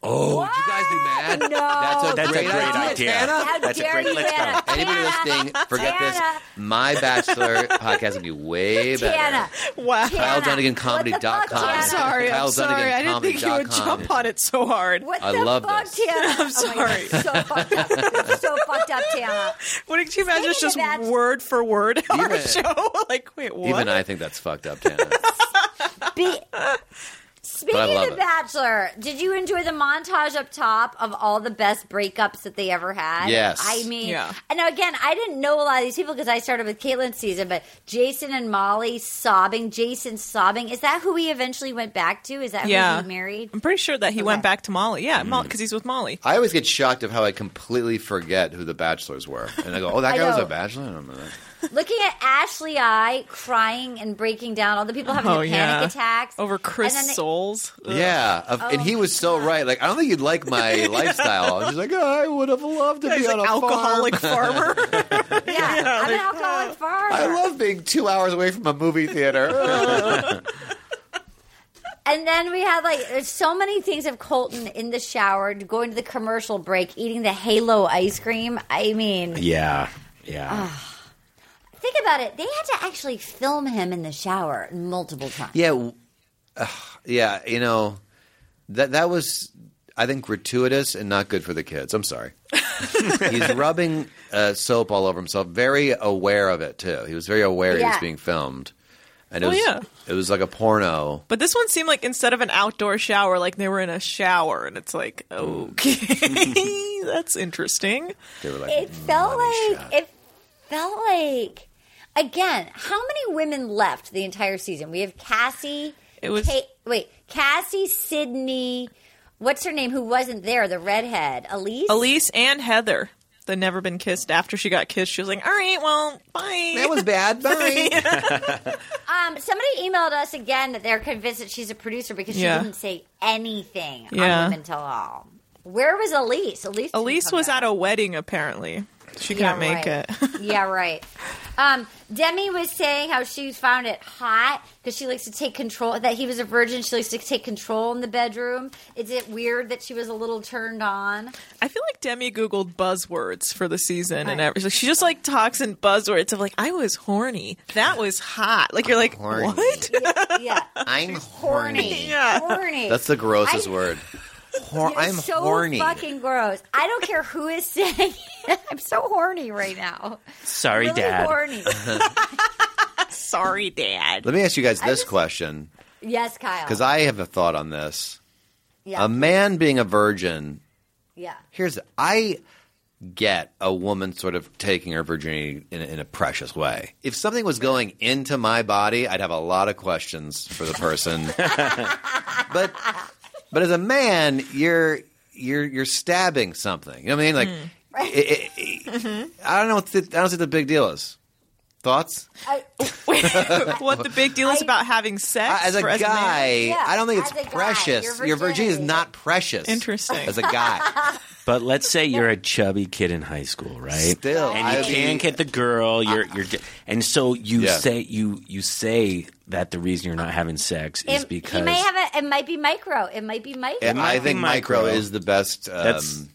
Speaker 2: Oh, would you guys be mad?
Speaker 1: No.
Speaker 2: That's a great, idea. Anna.
Speaker 1: How dare you, Anna?
Speaker 2: Anybody listening,
Speaker 1: Anna.
Speaker 2: forget this. My Bachelor podcast would be way better.
Speaker 1: Tana,
Speaker 4: Wow.
Speaker 1: Anna,
Speaker 2: KyleDunniganComedy.com.
Speaker 1: what the fuck, Anna?
Speaker 4: I'm sorry. I'm
Speaker 2: Kyle's done
Speaker 4: sorry.
Speaker 2: again,
Speaker 4: I didn't think you would
Speaker 2: comedy.com.
Speaker 4: jump on it so hard. What,
Speaker 1: what
Speaker 2: I
Speaker 1: the
Speaker 2: love
Speaker 1: fuck,
Speaker 2: this.
Speaker 1: Tana?
Speaker 4: I'm
Speaker 1: Oh my God,
Speaker 4: sorry.
Speaker 1: so fucked up. This is so fucked up, Tana.
Speaker 4: did you imagine? It's just
Speaker 1: Speaking of that-
Speaker 4: word for word our
Speaker 2: Even-
Speaker 4: show. like, wait, what?
Speaker 2: Even I think that's fucked up, Tana.
Speaker 1: Be- Speaking
Speaker 2: love
Speaker 1: of The
Speaker 2: it.
Speaker 1: Bachelor, did you enjoy the montage up top of all the best breakups that they ever had?
Speaker 2: Yes.
Speaker 1: I mean,
Speaker 4: Yeah.
Speaker 1: and now again, I didn't know a lot of these people because I started with Caitlin's season, but Jason and Molly sobbing, Jason sobbing. Is that who he eventually went back to? Is that
Speaker 4: Yeah.
Speaker 1: who he married?
Speaker 4: I'm pretty sure that he
Speaker 1: Okay.
Speaker 4: went back to Molly. Yeah, because
Speaker 2: Mm.
Speaker 4: he's with Molly.
Speaker 2: I always get shocked of how I completely forget who the bachelors were, and I go, "Oh, that
Speaker 1: I
Speaker 2: guy was
Speaker 1: know.
Speaker 2: a bachelor." I don't remember that.
Speaker 1: Looking at Ashley I crying and breaking down, all the people having
Speaker 4: Oh,
Speaker 1: the panic
Speaker 4: yeah.
Speaker 1: attacks.
Speaker 4: Over Chris
Speaker 1: And then they-
Speaker 4: Souls. Ugh.
Speaker 2: Yeah, of- and
Speaker 1: Oh,
Speaker 2: he was so right. Like, I don't think you'd like my lifestyle. She's like, "Oh, I would have loved to
Speaker 4: He's
Speaker 2: be on
Speaker 4: an
Speaker 2: a
Speaker 4: alcoholic
Speaker 2: farm.
Speaker 4: farmer.
Speaker 1: Yeah, I'm an alcoholic farmer.
Speaker 2: I love being two hours away from a movie theater.
Speaker 1: And then we had like there's so many things of Colton in the shower, going to the commercial break, eating the Halo ice cream. I mean,
Speaker 5: yeah yeah.
Speaker 1: think about it. They had to actually film him in the shower multiple times.
Speaker 2: yeah, w- ugh, yeah. You know, that that was, I think, gratuitous and not good for the kids. I'm sorry. He's rubbing uh, soap all over himself. Very aware of it too. He was very aware he
Speaker 1: Yeah.
Speaker 2: was being filmed, and it
Speaker 4: Well,
Speaker 2: was
Speaker 4: yeah.
Speaker 2: it was like a porno.
Speaker 4: but this one seemed like instead of an outdoor shower, like they were in a shower, and it's like,
Speaker 2: Mm.
Speaker 4: okay, that's interesting.
Speaker 2: They were like,
Speaker 1: It felt
Speaker 2: money
Speaker 1: like
Speaker 2: shot.
Speaker 1: it felt like again. How many women left the entire season? We have Cassie.
Speaker 4: It was-
Speaker 1: Ka- wait Cassie Sydney. What's her name? Who wasn't there? The redhead, Elise.
Speaker 4: Elise and Heather. the Never Been Kissed after she got kissed, she was like, all right, well, bye.
Speaker 2: That was bad. Bye.
Speaker 1: Um, somebody emailed us again that they're convinced that she's a producer because she
Speaker 4: Yeah.
Speaker 1: didn't say anything
Speaker 4: Yeah.
Speaker 1: on Women Tell All. Where was Elise? Elise, didn't
Speaker 4: Elise
Speaker 1: come
Speaker 4: was
Speaker 1: back.
Speaker 4: at a wedding, apparently. She can't make
Speaker 1: right.
Speaker 4: it.
Speaker 1: yeah, right. Um, Demi was saying how she found it hot because she likes to take control. That he was a virgin, she likes to take control in the bedroom. Is it weird that she was a little turned on?
Speaker 4: I feel like Demi Googled buzzwords for the season and everything. She just like talks in buzzwords of like, I was horny. That was hot. Like, you're like,
Speaker 2: Horny.
Speaker 4: what?
Speaker 1: Yeah,
Speaker 2: I'm
Speaker 1: horny.
Speaker 2: horny.
Speaker 4: Yeah.
Speaker 1: Horny.
Speaker 2: That's the grossest
Speaker 1: I-
Speaker 2: word. Hor-
Speaker 1: You're
Speaker 2: I'm
Speaker 1: so
Speaker 2: horny.
Speaker 1: fucking gross. I don't care who is saying. it. I'm so horny right now.
Speaker 5: Sorry,
Speaker 1: really
Speaker 5: Dad.
Speaker 1: horny.
Speaker 4: Sorry, Dad.
Speaker 2: Let me ask you guys this question
Speaker 1: Yes, Kyle.
Speaker 2: because I have a thought on this.
Speaker 1: Oh. yeah,
Speaker 2: A man being a virgin
Speaker 1: yeah,
Speaker 2: here's I get a woman sort of taking her virginity in, a- in a precious way. If something was going into my body, I'd have a lot of questions for the person. but but as a man, you're you're you're stabbing something. You know what I mean? Like it- it- it- I don't know. What the, I don't see what the big deal is. Thoughts?
Speaker 1: I,
Speaker 4: what the big deal is about having sex
Speaker 2: I- as a
Speaker 4: for- man?
Speaker 2: guy,
Speaker 1: Yeah,
Speaker 2: I don't think
Speaker 1: as a
Speaker 2: it's
Speaker 1: guy,
Speaker 2: precious.
Speaker 1: your
Speaker 2: your virginity is
Speaker 1: virginity.
Speaker 2: not precious.
Speaker 4: Interesting.
Speaker 2: As a guy,
Speaker 5: But let's say you're a chubby kid in high school, right?
Speaker 2: still,
Speaker 5: and
Speaker 2: I'd
Speaker 5: you
Speaker 2: be-
Speaker 5: can't get the girl. You're you're, and so you
Speaker 2: Ah. Yeah.
Speaker 5: say you you say that the reason you're not having sex is
Speaker 1: it,
Speaker 5: because
Speaker 1: he may have a, it. Might be micro. It might be micro.
Speaker 2: And I think micro,
Speaker 5: micro.
Speaker 2: is the best
Speaker 5: That's-
Speaker 2: um,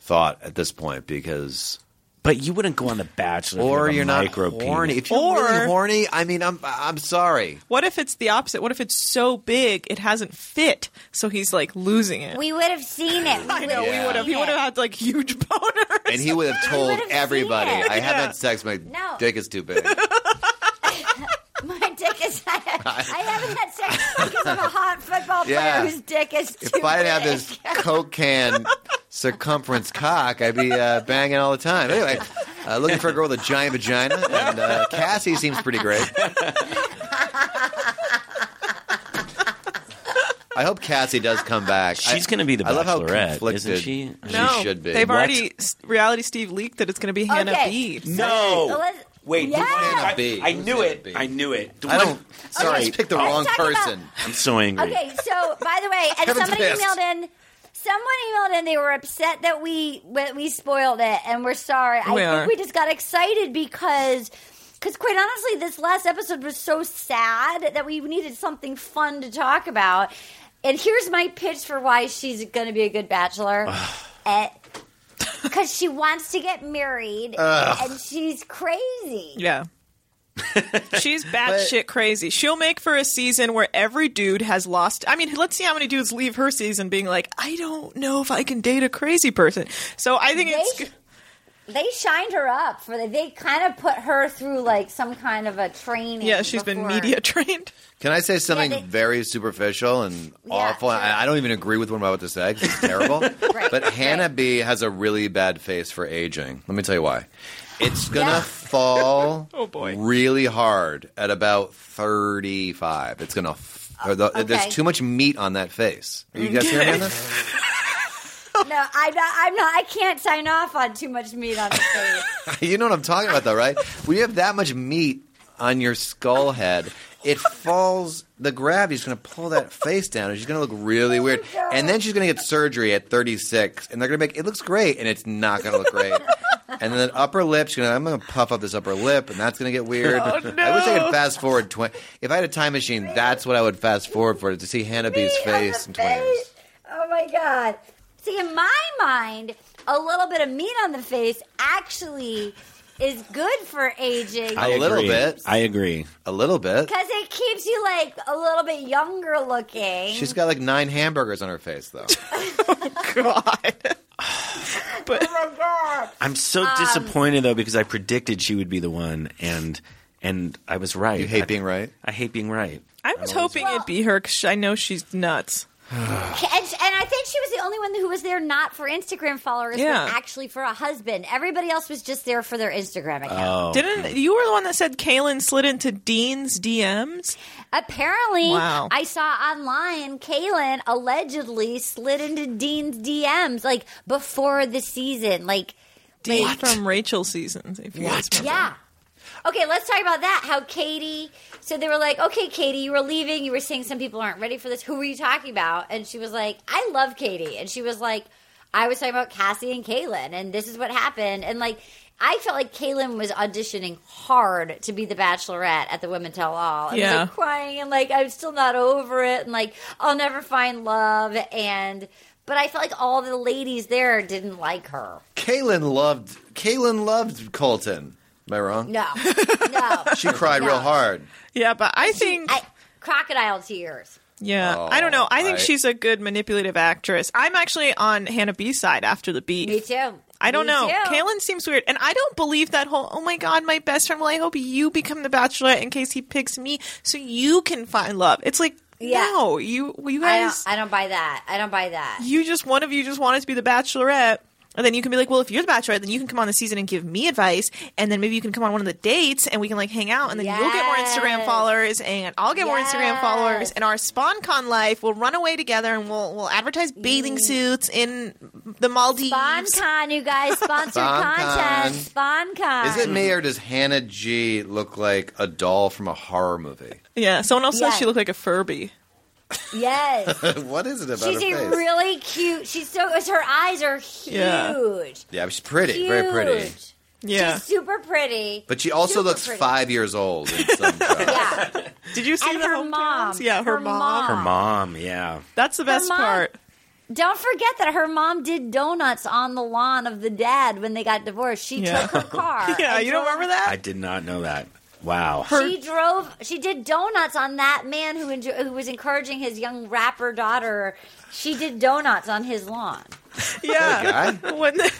Speaker 2: thought at this point because,
Speaker 5: but you wouldn't go on the Bachelor, if you
Speaker 2: or
Speaker 5: have a
Speaker 2: you're not
Speaker 5: micro
Speaker 2: horny.
Speaker 5: penis.
Speaker 2: If you're really
Speaker 4: Or-
Speaker 2: horny, I mean, I'm I'm sorry.
Speaker 4: What if it's the opposite? What if it's so big it hasn't fit? So he's like losing it.
Speaker 1: we would have seen it. We
Speaker 4: I know
Speaker 2: Yeah.
Speaker 4: we would have. He would have had like huge boners.
Speaker 2: And he would have told
Speaker 1: would've seen
Speaker 2: everybody,
Speaker 1: it.
Speaker 2: "I haven't had sex. My
Speaker 1: No.
Speaker 2: dick is too big."
Speaker 1: My dick is. I, haven't had sex because I'm a hot football player
Speaker 2: Yeah.
Speaker 1: whose dick is too
Speaker 2: if I didn't have
Speaker 1: big.
Speaker 2: this coke can circumference cock, I'd be uh, banging all the time. Anyway, uh, looking for a girl with a giant vagina, and uh, Cassie seems pretty great. I hope Cassie does come back.
Speaker 5: She's
Speaker 2: I-
Speaker 5: gonna be the
Speaker 2: I love how
Speaker 5: Bachelorette,
Speaker 2: conflicted
Speaker 5: isn't she?
Speaker 4: no,
Speaker 2: should be.
Speaker 4: They've
Speaker 5: What?
Speaker 4: already s- reality Steve leaked that it's going to be Hannah
Speaker 1: Okay.
Speaker 4: B. Oh.
Speaker 5: No,
Speaker 1: Let's-
Speaker 5: wait,
Speaker 1: Yeah.
Speaker 5: I-
Speaker 2: Hannah B.
Speaker 5: I,
Speaker 2: Who's
Speaker 5: knew
Speaker 2: Hannah
Speaker 5: it.
Speaker 2: B?
Speaker 5: I knew it. The
Speaker 2: I
Speaker 5: one-
Speaker 2: don't. Sorry, Oh. I just picked the wrong
Speaker 1: talk about-
Speaker 2: person.
Speaker 5: I'm so angry.
Speaker 1: Okay, so by the way, and
Speaker 2: Kevin's
Speaker 1: somebody
Speaker 2: pissed.
Speaker 1: emailed in. Someone emailed in. They were upset that we that we spoiled it, and we're sorry. I
Speaker 4: We
Speaker 1: think
Speaker 4: are.
Speaker 1: we just got excited because. Because quite honestly, this last episode was so sad that we needed something fun to talk about. And here's my pitch for why she's going to be a good bachelor. Because she wants to get married, and she's crazy.
Speaker 4: Yeah. She's batshit crazy. She'll make for a season where every dude has lost. I mean, let's see how many dudes leave her season being like, I don't know if I can date a crazy person. So I think
Speaker 1: They-
Speaker 4: it's.
Speaker 1: They shined her up for the, they kind of put her through like some kind of a training.
Speaker 4: Yeah, she's been
Speaker 1: before.
Speaker 4: media trained.
Speaker 2: Can I say something
Speaker 1: they-
Speaker 2: very superficial and
Speaker 1: Yeah,
Speaker 2: awful?
Speaker 1: sure.
Speaker 2: I, I don't even agree with what I'm about to say. 'cause It's terrible. But Hannah B has a really bad face for aging. Let me tell you why. It's gonna
Speaker 1: Yeah.
Speaker 2: fall
Speaker 4: Oh, boy.
Speaker 2: really hard at about 35. It's gonna. F- or the, There's
Speaker 1: okay.
Speaker 2: too much meat on that face. Are you guys hearing me on this?
Speaker 1: No, I'm not. I'm not. I can't sign off on too much meat on the face.
Speaker 2: You know what I'm talking about, though, right? When you have that much meat on your skull head, it falls. The gravity's going to pull that face down, and she's going to look really weird.
Speaker 1: Oh
Speaker 2: And then she's going to get surgery at 36, and they're going to make it looks great, and it's not going to look great. And then the upper lip, she's gonna, I'm going to puff up this upper lip, and that's going to get weird.
Speaker 1: Oh,
Speaker 2: I wish I could fast forward 20. If I had a time machine, that's what I would fast forward for to see Hannah B's
Speaker 1: Meat on the
Speaker 2: face in 20 years.
Speaker 1: face? Oh my god! See, in my mind, a little bit of meat on the face actually is good for aging.
Speaker 2: I- A little
Speaker 5: agree.
Speaker 2: bit.
Speaker 5: I agree.
Speaker 2: A little bit.
Speaker 1: because it keeps you like a little bit younger looking.
Speaker 2: She's got like nine hamburgers on her face, though.
Speaker 4: God. but
Speaker 5: I'm so
Speaker 1: Um,
Speaker 5: disappointed though because I predicted she would be the one, and and I was right.
Speaker 2: You
Speaker 5: I-
Speaker 2: hate being right.
Speaker 5: I hate being right.
Speaker 4: I was hoping it'd be her because I know she's nuts.
Speaker 1: And, and I think she was the only one who was there not for Instagram followers,
Speaker 4: Yeah.
Speaker 1: but actually for a husband. Everybody else was just there for their Instagram
Speaker 4: Oh.
Speaker 1: account.
Speaker 2: Oh,
Speaker 4: Didn't you were the one that said Kaylin slid into Dean's DMs?
Speaker 1: Apparently,
Speaker 4: Wow.
Speaker 1: I saw online Kaylin allegedly slid into Dean's DMs like before the season. Like,
Speaker 4: D from Rachel seasons. If you guys remember.
Speaker 1: Yeah. Okay, let's talk about that. How Katie, so they were like, okay, Katie, you were leaving. You were saying some people aren't ready for this. Who were you talking about? And she was like, I love Katie. And she was like, I was talking about Cassie and Kaylin, and this is what happened. And like, I felt like Kaylin was auditioning hard to be the bachelorette at the Women Tell All. And
Speaker 4: Yeah.
Speaker 1: was like crying, and like, I'm still not over it, and like, I'll never find love. And, but I felt like all the ladies there didn't like her.
Speaker 2: Kaylin loved Kaylin loved Colton. Am I wrong?
Speaker 1: No, no.
Speaker 2: She cried real
Speaker 1: No.
Speaker 2: hard.
Speaker 4: Yeah, but I think
Speaker 1: I, crocodile tears.
Speaker 4: Yeah,
Speaker 2: Oh,
Speaker 4: I don't know. I think
Speaker 2: I-
Speaker 4: she's a good manipulative actress. I'm actually on Hannah B's side after the beef.
Speaker 1: Me too.
Speaker 4: I don't
Speaker 1: Me
Speaker 4: know.
Speaker 1: Too.
Speaker 4: Kaylin seems weird, and I don't believe that whole. Oh my god, my best friend. Well, I hope you become the bachelorette in case he picks me, so you can find love. It's like
Speaker 1: Yeah.
Speaker 4: no, you you
Speaker 1: I
Speaker 4: guys,
Speaker 1: don't, I don't buy that. I don't buy that.
Speaker 4: you just one of you just wanted to be the bachelorette. And then you can be like, well, if you're the bachelorette, then you can come on the season and give me advice, and then maybe you can come on one of the dates, and we can like hang out, and then you'll get more Instagram
Speaker 1: Yes.
Speaker 4: followers, and I'll get more Instagram followers,
Speaker 1: Yes.
Speaker 4: and our SpawnCon life, we'll run away together, and we'll we'll advertise bathing suits in the Maldives.
Speaker 1: SpawnCon, you guys, sponsored
Speaker 2: SpawnCon.
Speaker 1: content. SpawnCon.
Speaker 2: Is it me or does Hannah G look like a doll from a horror movie?
Speaker 4: Yeah, someone else
Speaker 1: Yeah.
Speaker 4: says she looked like a Furby.
Speaker 1: Yes.
Speaker 2: what is it about
Speaker 1: She's
Speaker 2: her
Speaker 1: a
Speaker 2: face?
Speaker 1: really cute. She's so. it's- Her eyes are huge.
Speaker 4: Yeah.
Speaker 2: yeah, she's pretty,
Speaker 1: Huge.
Speaker 2: very pretty.
Speaker 4: Yeah.
Speaker 1: She's super pretty.
Speaker 2: But she also
Speaker 1: Super
Speaker 2: looks
Speaker 1: pretty.
Speaker 2: five years old. In some yeah.
Speaker 1: yeah.
Speaker 4: Did you see
Speaker 1: And
Speaker 4: the
Speaker 1: her
Speaker 4: hometowns?
Speaker 1: mom.
Speaker 4: Yeah, her,
Speaker 1: Her
Speaker 4: mom.
Speaker 1: mom.
Speaker 5: Her mom, yeah.
Speaker 4: That's the best
Speaker 1: mom.
Speaker 4: part.
Speaker 1: Don't forget that her mom did donuts on the lawn of the dad when they got divorced. She
Speaker 4: Yeah.
Speaker 1: took her car.
Speaker 4: Yeah,
Speaker 1: and
Speaker 4: you don't
Speaker 1: drove-
Speaker 4: remember that?
Speaker 5: I did not know that. Wow.
Speaker 1: she drove. She did donuts on that man who enjo- who was encouraging his young rapper daughter. She did donuts on his lawn.
Speaker 4: yeah.
Speaker 2: Guy?
Speaker 4: When the-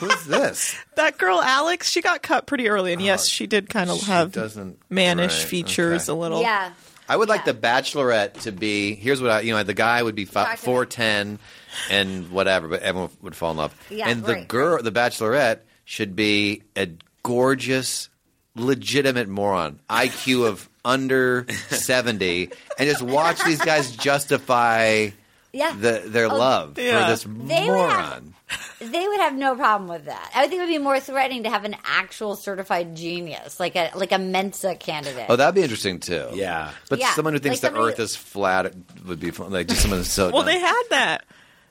Speaker 2: Who's this?
Speaker 4: that girl Alex, she got cut pretty early, and yes, she did kind of
Speaker 2: Uh, She
Speaker 4: have
Speaker 2: doesn't-
Speaker 4: mannish
Speaker 2: right,
Speaker 4: features
Speaker 2: okay.
Speaker 4: a little.
Speaker 1: Yeah,
Speaker 2: I would like
Speaker 1: Yeah.
Speaker 2: the Bachelorette to be. Here's what I, you know, the guy would be fi-
Speaker 1: Bachelorette.
Speaker 2: four ten, and whatever, but everyone would fall in love.
Speaker 1: Yeah,
Speaker 2: and the
Speaker 1: right,
Speaker 2: girl, the Bachelorette, should be a gorgeous, legitimate moron, IQ of under seventy, and just watch these guys justify
Speaker 1: yeah.
Speaker 2: the, their love
Speaker 4: yeah.
Speaker 2: for this
Speaker 1: Oh, They would have-
Speaker 2: moron.
Speaker 1: they would have no problem with that. I would think it would be more threatening to have an actual certified genius, like a like a Mensa candidate.
Speaker 2: Oh, that'd be interesting too.
Speaker 5: Yeah.
Speaker 2: but
Speaker 1: Yeah,
Speaker 2: someone who thinks
Speaker 1: like
Speaker 2: the
Speaker 1: somebody-
Speaker 2: Earth is flat would be fun. Like just someone who's so
Speaker 4: Well,
Speaker 2: dumb.
Speaker 4: they had that.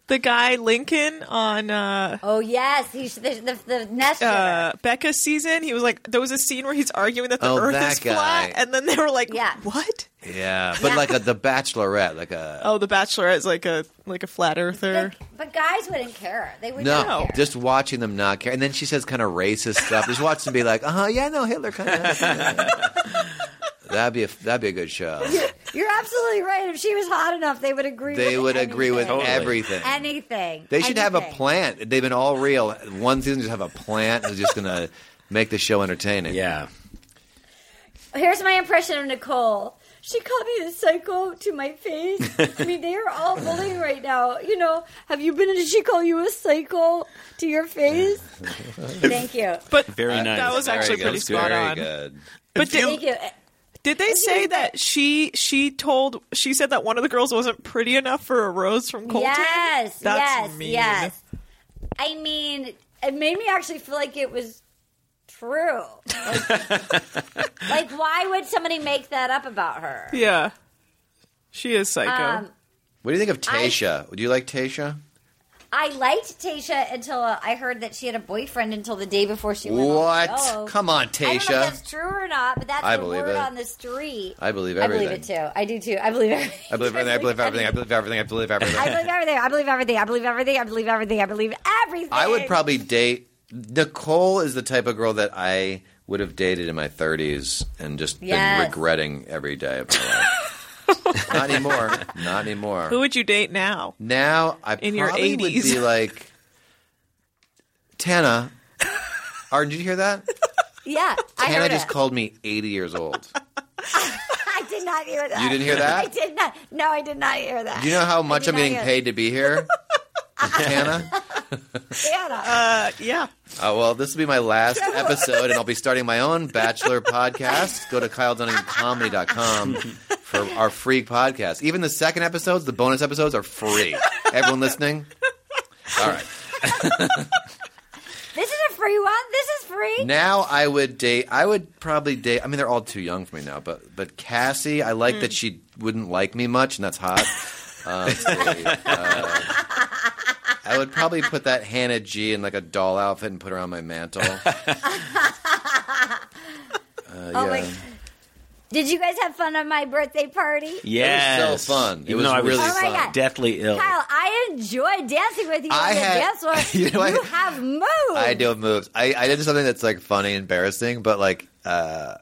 Speaker 4: The guy Lincoln on uh,
Speaker 1: oh yes, he's the the, the nest.
Speaker 4: uh, Becca's season, he was like, there was a scene where he's arguing that the
Speaker 2: Oh,
Speaker 4: Earth
Speaker 2: that
Speaker 4: is
Speaker 2: guy.
Speaker 4: flat, and then they were like,
Speaker 1: Yeah.
Speaker 4: "What?
Speaker 2: yeah, but like a, the Bachelorette, like a
Speaker 4: Oh, the Bachelor is like a like a flat earther."
Speaker 1: but, but guys wouldn't care. They would
Speaker 2: No,
Speaker 1: not care.
Speaker 2: just watching them not care. And then she says kind of racist stuff. Just watch them be like, uh huh, yeah, no, Hitler kind of. that'd be a, that'd be a good show.
Speaker 1: You're absolutely right. If she was hot enough, they would agree.
Speaker 2: They
Speaker 1: with
Speaker 2: would agree with
Speaker 1: anything.
Speaker 5: Totally.
Speaker 2: everything.
Speaker 1: anything.
Speaker 2: They should have a
Speaker 1: Anything.
Speaker 2: plant. They've been all real. One season just have a plant who's just gonna make the show entertaining.
Speaker 5: Yeah.
Speaker 1: Here's my impression of Nicole. She called me a psycho to my face. I mean, they are all bullying right now. You know, have you been? Did she call you a psycho to your face? Thank you.
Speaker 4: But
Speaker 5: Very nice.
Speaker 4: That was
Speaker 5: Very
Speaker 4: actually
Speaker 2: good.
Speaker 4: pretty
Speaker 2: That's
Speaker 4: spot
Speaker 2: very
Speaker 4: on.
Speaker 2: good.
Speaker 4: But
Speaker 1: Thank
Speaker 4: did,
Speaker 1: you.
Speaker 4: did they say that she she told she said that one of the girls wasn't pretty enough for a rose from Colton?
Speaker 1: Yes.
Speaker 4: That's
Speaker 1: yes.
Speaker 4: mean.
Speaker 1: Yes. I mean, it made me actually feel like it was true. Like, like, why would somebody make that up about her?
Speaker 4: Yeah. She is psycho.
Speaker 1: Um,
Speaker 2: What do you think of Tasha? Would you like Tasha?
Speaker 1: I liked Tasha until uh, I heard that she had a boyfriend until the day before she went.
Speaker 2: What?
Speaker 1: On the show.
Speaker 2: Come on,
Speaker 1: I don't know if
Speaker 2: Tasha.
Speaker 1: that's true or not, but that's
Speaker 2: I
Speaker 1: the
Speaker 2: believe
Speaker 1: word
Speaker 2: it.
Speaker 1: on the street.
Speaker 2: I believe
Speaker 1: I believe
Speaker 2: everything.
Speaker 1: it too. I do too. I believe everything.
Speaker 2: I believe everything. I believe everything. I believe everything. I believe everything.
Speaker 1: I believe everything. I believe everything. I believe everything. I believe everything. I believe everything.
Speaker 2: I would probably date Nicole is the type of girl that I would have dated in my 30s and just
Speaker 1: Yes.
Speaker 2: been regretting every day of my life. Not anymore. Not anymore.
Speaker 4: Who would you date now?
Speaker 2: now I
Speaker 4: In your
Speaker 2: probably would
Speaker 4: 80s.
Speaker 2: be like Tana. Arden, did you hear that?
Speaker 1: Yeah, I
Speaker 2: Tana
Speaker 1: heard
Speaker 2: just
Speaker 1: it.
Speaker 2: called me 80 years old.
Speaker 1: I did not hear that.
Speaker 2: You didn't hear
Speaker 1: I
Speaker 2: that?
Speaker 1: did not. No, I did not hear that.
Speaker 2: Do you know how much
Speaker 1: did
Speaker 2: I'm
Speaker 1: not
Speaker 2: getting
Speaker 1: hear-
Speaker 2: paid to be here? Tana?
Speaker 1: Anna.
Speaker 4: Uh, yeah.
Speaker 2: Uh, well, this will be my last episode, and I'll be starting my own Bachelor podcast. Go to kyledunningamcomedy.com for our free podcast. Even the second episodes, the bonus episodes, are free. Everyone listening? All right.
Speaker 1: This is a free free one. This is free.
Speaker 2: Now I would date. I would probably date. I mean, they're all too young for me now. But but Cassie, I like that she wouldn't like me much, and that's hot. um, so, uh, I would probably put that Hannah G in like a doll outfit and put her on my mantle. Uh,
Speaker 1: oh
Speaker 2: yeah.
Speaker 1: my. Did you guys have fun at my birthday party?
Speaker 5: Yes.
Speaker 2: It was so fun. It
Speaker 5: Even
Speaker 2: was
Speaker 5: though I was
Speaker 2: really
Speaker 1: Oh my fun. God.
Speaker 5: deathly ill.
Speaker 1: Kyle, I enjoyed dancing with you
Speaker 2: I
Speaker 1: on the
Speaker 2: had-
Speaker 1: dance floor.
Speaker 2: You know, I-
Speaker 1: have moved.
Speaker 2: I do have moves. I, I did something that's like funny, embarrassing, but like uh,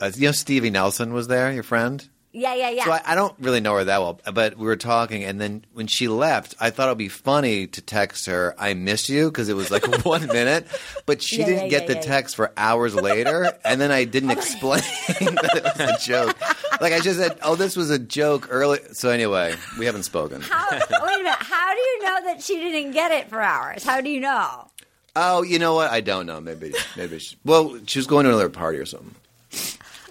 Speaker 2: uh, you know, Stevie Nelson was there, your friend.
Speaker 1: Yeah, yeah, yeah.
Speaker 2: So I, I don't really know her that well, but we were talking, and then when she left, I thought it'd be funny to text her, "I miss you," because it was like one minute, but she
Speaker 1: Yeah,
Speaker 2: didn't
Speaker 1: yeah,
Speaker 2: get
Speaker 1: yeah,
Speaker 2: the
Speaker 1: yeah, yeah.
Speaker 2: text for hours later, and then I didn't explain that it was a joke. Like I just said, "Oh, this was a joke." Early, so anyway, we haven't spoken.
Speaker 1: how, wait a minute. How do you know that she didn't get it for hours? How do you know?
Speaker 2: Oh, you know what? I don't know. Maybe, maybe. She, well, she was going to another party or something.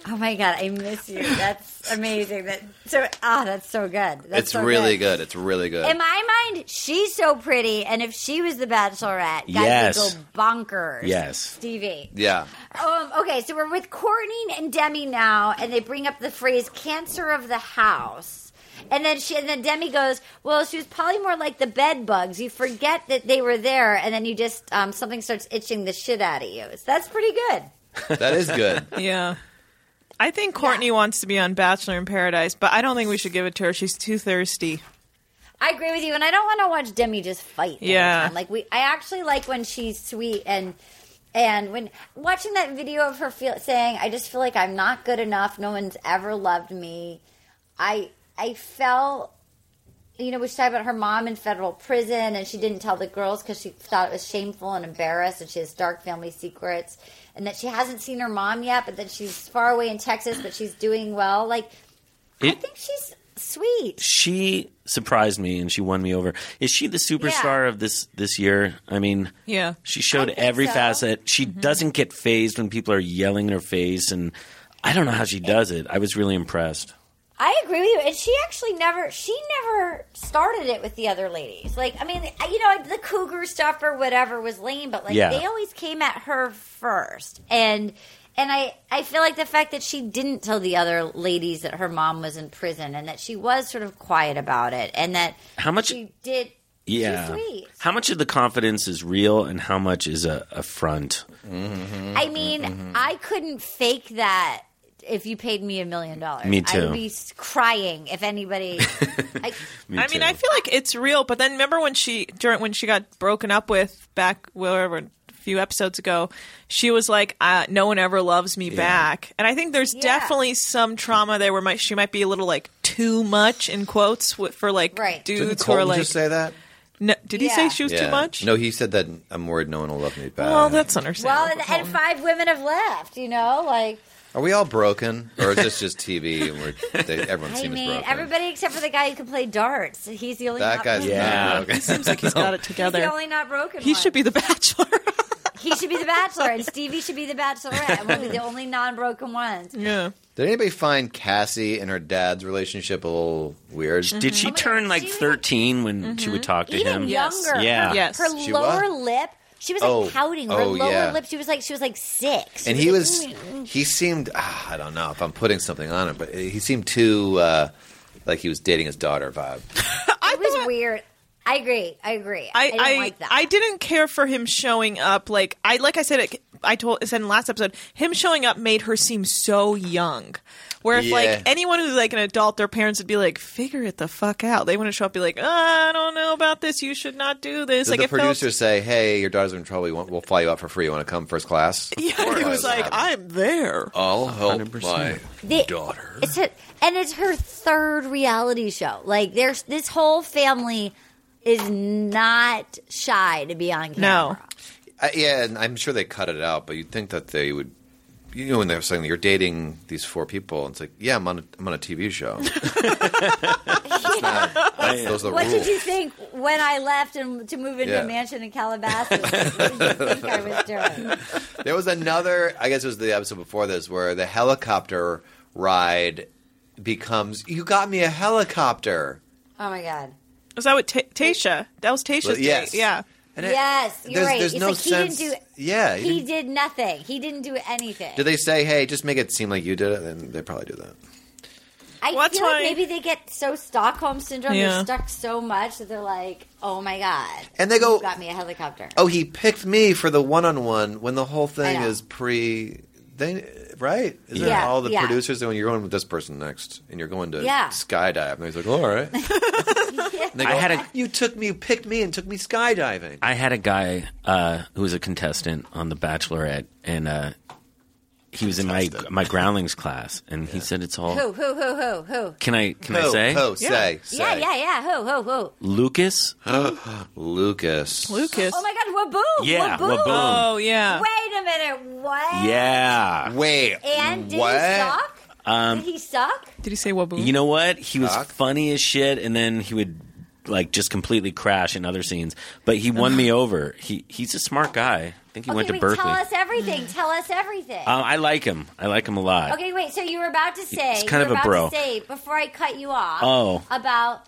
Speaker 1: Oh my god, I miss you. That's amazing. That so ah, that's so good. That's
Speaker 2: it's
Speaker 1: so
Speaker 2: really good. It's really good.
Speaker 1: In my mind, she's so pretty, and if she was the Bachelorette, guys
Speaker 5: Yes.
Speaker 1: would go bonkers.
Speaker 5: Yes.
Speaker 1: Stevie.
Speaker 2: yeah.
Speaker 1: Um, okay, so we're with Courtney and Demi now, and they bring up the phrase "cancer of the house," and then she and then Demi goes, "Well, she was probably more like the bed bugs. You forget that they were there, and then you just um, something starts itching the shit out of you. So that's pretty good."
Speaker 2: That is good.
Speaker 4: Yeah. I think Courtney wants to be on Bachelor in Paradise, but I don't think we should give it to her. She's too thirsty.
Speaker 1: I agree with you, and I don't want to watch Demi just fight. every
Speaker 4: Yeah.
Speaker 1: time. like we, I actually like when she's sweet and and when watching that video of her feel, saying, "I just feel like I'm not good enough. No one's ever loved me." I I felt, you know, we talked about her mom in federal prison, and she didn't tell the girls because she thought it was shameful and embarrassed, and she has dark family secrets, and that she hasn't seen her mom yet, but that she's far away in Texas, but she's doing well. Like I
Speaker 5: It-
Speaker 1: think she's sweet.
Speaker 5: she surprised me and she won me over. Is she the superstar of this this year? I mean,
Speaker 4: Yeah.
Speaker 5: she showed
Speaker 1: think
Speaker 5: every
Speaker 1: so. Mm-hmm.
Speaker 5: facet. She doesn't get phased when people are yelling in her face, and I don't know how she does it. I was really impressed.
Speaker 1: I agree with you. And she actually never she never started it with the other ladies. Like I mean, I- you know, the cougar stuff or whatever was lame, but like
Speaker 5: Yeah.
Speaker 1: they always came at her first. And and I I feel like the fact that she didn't tell the other ladies that her mom was in prison and that she was sort of quiet about it and that
Speaker 5: How much-
Speaker 1: she did
Speaker 5: Yeah,
Speaker 1: She's sweet.
Speaker 5: how much of the confidence is real and how much is a, a front? Mm-hmm,
Speaker 1: I mean, I couldn't fake that if you paid me a million dollars.
Speaker 5: Me
Speaker 1: I'd
Speaker 5: too.
Speaker 1: be s- crying if anybody I,
Speaker 5: Me
Speaker 4: I
Speaker 5: too.
Speaker 4: mean, I feel like it's real, but then remember when she during when she got broken up with back wherever a few episodes ago, she was like, uh, "No one ever loves me back," and I think there's
Speaker 1: Yeah.
Speaker 4: definitely some trauma there where my, she might be a little like too much in quotes wi- for like
Speaker 1: Right.
Speaker 4: dudes who are
Speaker 2: Colton
Speaker 4: like,
Speaker 2: just say that?
Speaker 4: no, "Did he
Speaker 1: Yeah.
Speaker 4: say she was too much?"
Speaker 2: No, he said that I'm worried no one will love me back.
Speaker 4: well, that's
Speaker 1: Well,
Speaker 4: understandable.
Speaker 1: and, and five women have left. You know, like
Speaker 2: Are we all broken, or is this just TV and we're they, everyone
Speaker 1: I
Speaker 2: seems
Speaker 1: mean,
Speaker 2: broken?
Speaker 1: everybody except for the guy who can play darts. He's the only
Speaker 2: that
Speaker 1: not
Speaker 2: guy's
Speaker 1: broken.
Speaker 5: Yeah.
Speaker 2: not broken.
Speaker 4: Seems like he's got it
Speaker 1: He's the
Speaker 4: together.
Speaker 1: only not broken.
Speaker 4: He
Speaker 1: one.
Speaker 4: should be the Bachelor.
Speaker 1: He should be the bachelor, and Stevie should be the bachelorette, and we'll be the only non-broken ones.
Speaker 4: yeah.
Speaker 2: Did anybody find Cassie and her dad's relationship a little weird?
Speaker 5: Did
Speaker 1: Mm-hmm.
Speaker 5: she turn like
Speaker 1: she was-
Speaker 5: 13 when she would talk to
Speaker 1: Mm-hmm. Even
Speaker 5: him?
Speaker 4: Yes.
Speaker 1: younger,
Speaker 5: Yeah.
Speaker 1: Her,
Speaker 4: Yes.
Speaker 1: her
Speaker 2: She
Speaker 1: lower
Speaker 2: was?
Speaker 1: lip. She was
Speaker 2: Oh.
Speaker 1: like pouting. Her
Speaker 2: Oh,
Speaker 1: lower
Speaker 2: yeah.
Speaker 1: lip. She was like she was like six. She
Speaker 2: and he
Speaker 1: like,
Speaker 2: was he seemed ah, I don't know if I'm putting something on it, but he seemed too uh, like he was dating his daughter vibe.
Speaker 1: it was weird. I agree. I agree. I,
Speaker 4: I
Speaker 1: didn't
Speaker 4: I,
Speaker 1: like that.
Speaker 4: I didn't care for him showing up. Like I like I said it, I told I said in last episode, him showing up made her seem so young. Where if
Speaker 2: Yeah.
Speaker 4: like anyone who's like an adult, their parents would be like, "Figure it the fuck out." They wouldn't show up and be like, "I don't know about this. You should not do this."
Speaker 2: Did
Speaker 4: like
Speaker 2: the
Speaker 4: it
Speaker 2: producer say, "Hey, your daughter's in trouble. We want, we'll fly you out for free. You want to come first class?"
Speaker 4: felt. Yeah, he was like, "I'm there."
Speaker 2: I'll help my
Speaker 5: 100%.
Speaker 1: The-
Speaker 2: daughter.
Speaker 1: It's her, and it's her third reality show. Like there's this whole family is not shy to be on
Speaker 4: No.
Speaker 1: camera.
Speaker 2: Uh, yeah, and I'm sure they cut it out, but you'd think that they would. You know, when they're saying you're dating these four people, and it's like, yeah, I'm on a, I'm on a TV show. It's not- those are the
Speaker 1: What
Speaker 2: rules.
Speaker 1: did you think when I left and to move into
Speaker 2: Yeah.
Speaker 1: a mansion in Calabasas? what did you think I was doing?
Speaker 2: There was another. I guess it was the episode before this where the helicopter ride becomes. You got me a helicopter.
Speaker 1: Oh my god.
Speaker 4: Was that what Ta Tasha? That was Tasha's
Speaker 2: Well, yes.
Speaker 4: date. Yeah.
Speaker 2: And it-
Speaker 1: yes, you're
Speaker 2: there's,
Speaker 1: right.
Speaker 2: There's
Speaker 1: it's
Speaker 2: no
Speaker 1: like
Speaker 2: sense.
Speaker 1: he didn't do.
Speaker 2: yeah.
Speaker 1: he
Speaker 2: He,
Speaker 1: did nothing. He didn't do anything.
Speaker 2: do they say, "Hey, just make it seem like you did it"? Then they probably do that.
Speaker 1: I
Speaker 4: Well, that's
Speaker 1: feel like
Speaker 4: why-
Speaker 1: maybe they get so Stockholm syndrome.
Speaker 4: Yeah.
Speaker 1: They're stuck so much that they're like, "Oh my god!"
Speaker 2: And they
Speaker 1: you
Speaker 2: go,
Speaker 1: got me a helicopter.
Speaker 2: "Oh, he picked me for the one-on-one when the whole thing
Speaker 1: I know.
Speaker 2: is pre." They right? Is
Speaker 1: Yeah,
Speaker 2: all the
Speaker 1: yeah.
Speaker 2: producers going? You're going with this person next, and you're going to
Speaker 1: Yeah.
Speaker 2: skydive. And he's like, "All right."
Speaker 1: Yeah.
Speaker 2: And they
Speaker 5: I
Speaker 2: go,
Speaker 5: had a-
Speaker 2: You took me, you picked me, and took me skydiving.
Speaker 5: I had a guy uh, who was a contestant on The Bachelorette, and uh, he was in my
Speaker 2: Contestant.
Speaker 5: my groundlings class, and he said it's all.
Speaker 1: Who? Who? Who? Who? Who?
Speaker 5: Can I can I
Speaker 2: Who?
Speaker 5: say
Speaker 2: Who? Say,
Speaker 1: Yeah,
Speaker 2: say.
Speaker 1: yeah, yeah. Who? Who? Who?
Speaker 5: Lucas?
Speaker 2: Lucas.
Speaker 4: Lucas.
Speaker 1: Oh my god! Waboo!
Speaker 5: Yeah,
Speaker 1: Waboo!
Speaker 5: Waboom.
Speaker 4: Oh yeah.
Speaker 1: Wait a minute. What?
Speaker 5: Yeah.
Speaker 2: Wait.
Speaker 1: And did
Speaker 2: what?
Speaker 1: he suck?
Speaker 5: Um,
Speaker 1: did he suck?
Speaker 4: Did he say Waboom?
Speaker 5: You know what? He was
Speaker 2: Doc?
Speaker 5: funny as shit, and then he would like just completely crash in other scenes. But he won me over. He he's a smart guy. I think he went to
Speaker 1: wait,
Speaker 5: Berkeley.
Speaker 1: Tell us everything. Tell us everything.
Speaker 5: Um, I like him. I like him a lot.
Speaker 1: okay, wait. So you were about to say
Speaker 5: He's kind
Speaker 1: you were
Speaker 5: of a
Speaker 1: about
Speaker 5: bro.
Speaker 1: to say before I cut you off.
Speaker 5: Oh.
Speaker 1: about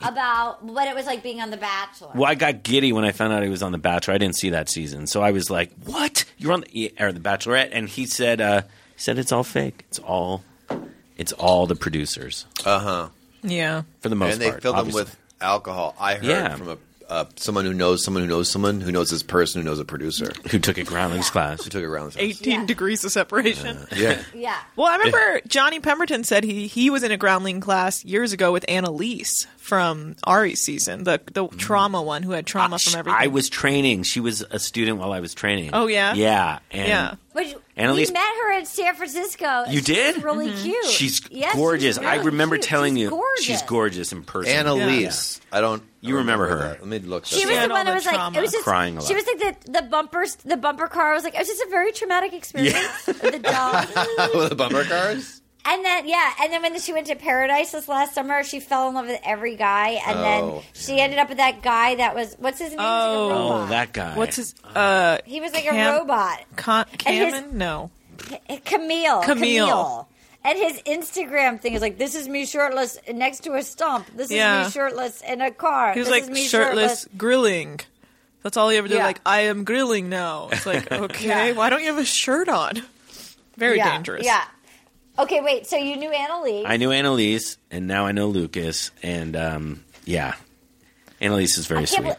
Speaker 1: about what it was like being on The Bachelor.
Speaker 5: Well, I got giddy when I found out he was on The Bachelor. I didn't see that season, so I was like, "What? You're on the or The Bachelorette?" And he said, uh, "He said it's all fake. It's all, it's all the producers
Speaker 2: Uh huh.
Speaker 4: Yeah.
Speaker 5: for the most
Speaker 2: And they
Speaker 5: part."
Speaker 2: filled
Speaker 5: obviously.
Speaker 2: him with alcohol. I heard
Speaker 5: Yeah.
Speaker 2: from a uh, someone who knows someone who knows someone who knows this person who knows a producer
Speaker 5: who took a groundlings class.
Speaker 2: who took it around. The house.
Speaker 4: 18
Speaker 1: Yeah.
Speaker 4: degrees of separation.
Speaker 2: Yeah.
Speaker 1: yeah.
Speaker 4: Well, I remember Johnny Pemberton said he he was in a groundling class years ago with Annalise from Ari's season, the the trauma one who had trauma from everything.
Speaker 5: I was training. She was a student while I was training.
Speaker 4: Oh, yeah?
Speaker 5: yeah, and
Speaker 4: Yeah.
Speaker 1: But
Speaker 5: Annalise-
Speaker 1: we met her in San Francisco.
Speaker 5: You
Speaker 1: She's
Speaker 5: did?
Speaker 1: Really cute.
Speaker 5: She's
Speaker 1: Yes, she's
Speaker 5: gorgeous. I
Speaker 1: really
Speaker 5: remember
Speaker 1: cute.
Speaker 5: telling
Speaker 1: She's
Speaker 5: you
Speaker 1: gorgeous.
Speaker 5: she's gorgeous in person.
Speaker 2: Annalise. I don't.
Speaker 5: You remember her.
Speaker 2: that. Let me look.
Speaker 1: She
Speaker 2: this
Speaker 1: was
Speaker 2: up.
Speaker 1: the
Speaker 4: had all
Speaker 1: one that
Speaker 4: the
Speaker 1: was like,
Speaker 4: trauma.
Speaker 1: it was just
Speaker 5: Crying a lot.
Speaker 1: She was like the the bumpers, the bumper car. was like, it was just a very traumatic experience. the dog.
Speaker 2: with the bumper cars.
Speaker 1: And then yeah, and then when she went to Paradise this last summer, she fell in love with every guy, and
Speaker 2: Oh.
Speaker 1: then she ended up with that guy that was what's his name? He's like a
Speaker 4: Oh.
Speaker 5: Oh,
Speaker 1: robot.
Speaker 5: that guy.
Speaker 4: What's his uh
Speaker 1: He was like
Speaker 4: Cam-
Speaker 1: a robot.
Speaker 4: Con-
Speaker 1: his-
Speaker 4: Cameron? No.
Speaker 1: Camille.
Speaker 4: Camille.
Speaker 1: And his Instagram thing is like, this is me shirtless next to a stump. This
Speaker 4: Yeah.
Speaker 1: is me shirtless in a car.
Speaker 4: He was
Speaker 1: this
Speaker 4: like
Speaker 1: is me
Speaker 4: shirtless, grilling. That's all he ever did.
Speaker 1: Yeah.
Speaker 4: Like I am grilling now. It's like okay,
Speaker 1: Yeah.
Speaker 4: why don't you have a shirt on? Very
Speaker 1: yeah.
Speaker 4: dangerous.
Speaker 1: Yeah. Okay, wait. So you knew Annalise.
Speaker 5: I knew Annalise, and now I know Lucas, and um, yeah, Annalise is very
Speaker 1: I can't.
Speaker 5: sweet.
Speaker 1: bel-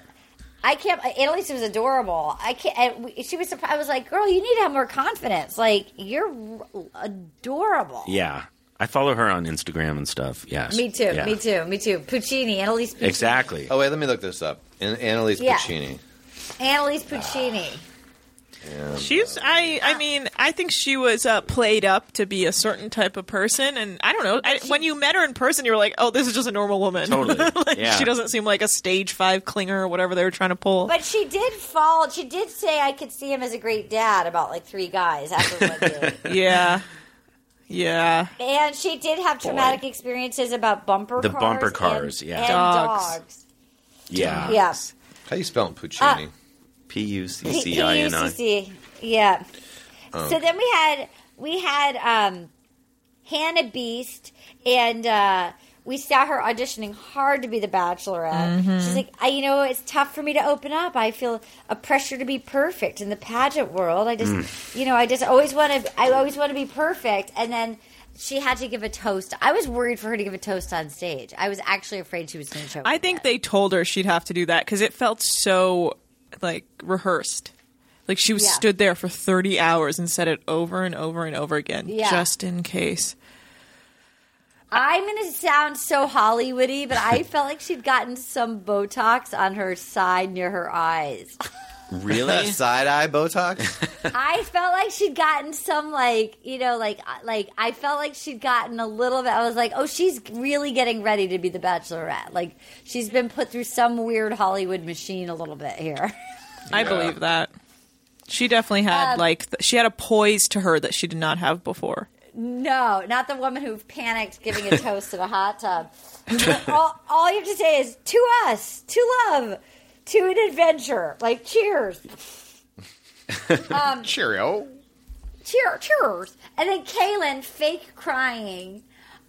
Speaker 1: I can't. Annalise was adorable. I can't. I, we- she was. surpri- I was like, "Girl, you need to have more confidence. Like, you're r- adorable."
Speaker 5: yeah, I follow her on Instagram and stuff. Yes,
Speaker 1: Me too.
Speaker 5: Yeah.
Speaker 1: Me too. Me too. Puccini. Annalise. Puccini.
Speaker 5: Exactly.
Speaker 2: Oh wait, let me look this up. An- Annalise
Speaker 1: Yeah.
Speaker 2: Puccini.
Speaker 1: Annalise Puccini.
Speaker 4: She's I
Speaker 1: Ah.
Speaker 4: I mean I think she was uh, played up to be a certain type of person and I don't know I, when you met her in person you were like oh this is just a normal woman
Speaker 5: Totally.
Speaker 4: like,
Speaker 5: Yeah.
Speaker 4: she doesn't seem like a stage five clinger or whatever they were trying to pull
Speaker 1: But she did fall. She did say, "I could see him as a great dad." About like three guys after one date.
Speaker 4: yeah yeah
Speaker 1: And she did have traumatic experiences about bumper
Speaker 5: The
Speaker 1: cars.
Speaker 5: bumper
Speaker 1: and-
Speaker 5: cars, yeah.
Speaker 1: And
Speaker 4: Dogs.
Speaker 1: dogs.
Speaker 5: yeah,
Speaker 1: Yeah.
Speaker 2: How you spelling
Speaker 1: Uh,
Speaker 2: Puccini?
Speaker 5: P U C
Speaker 1: P-
Speaker 5: C I N I.
Speaker 1: PUCC. Yeah. So then we had we had um, Hannah Beast, and uh, we saw her auditioning hard to be the Bachelorette. She's like, I, you know, it's tough for me to open up. I feel a pressure to be perfect in the pageant world. I just, you know, I just always want to. I always want to be perfect, and then. She had to give a toast. I was worried for her to give a toast on stage. I was actually afraid she was going to choke.
Speaker 4: I think they told her she'd have to do that because it felt so like rehearsed like she was
Speaker 1: Yeah.
Speaker 4: stood there for thirty hours and said it over and over and over again
Speaker 1: Yeah.
Speaker 4: just in case
Speaker 1: I'm going to sound so Hollywoody, but I felt like she'd gotten some Botox on her side near her eyes.
Speaker 5: Really?
Speaker 2: Side eye Botox.
Speaker 1: I felt like she'd gotten some, like you know, like uh, like I felt like she'd gotten a little bit. I was like, oh, she's really getting ready to be the Bachelorette. Like she's been put through some weird Hollywood machine a little bit here.
Speaker 4: I believe that. She definitely had
Speaker 1: Um,
Speaker 4: like th- she had a poise to her that she did not have before.
Speaker 1: No, not the woman who panicked giving a toast in a hot tub. all, all you have to say is to us, to love, to an adventure. Like cheers. Um,
Speaker 2: Cheerio.
Speaker 1: cheer, cheers. And then Kaylin fake crying.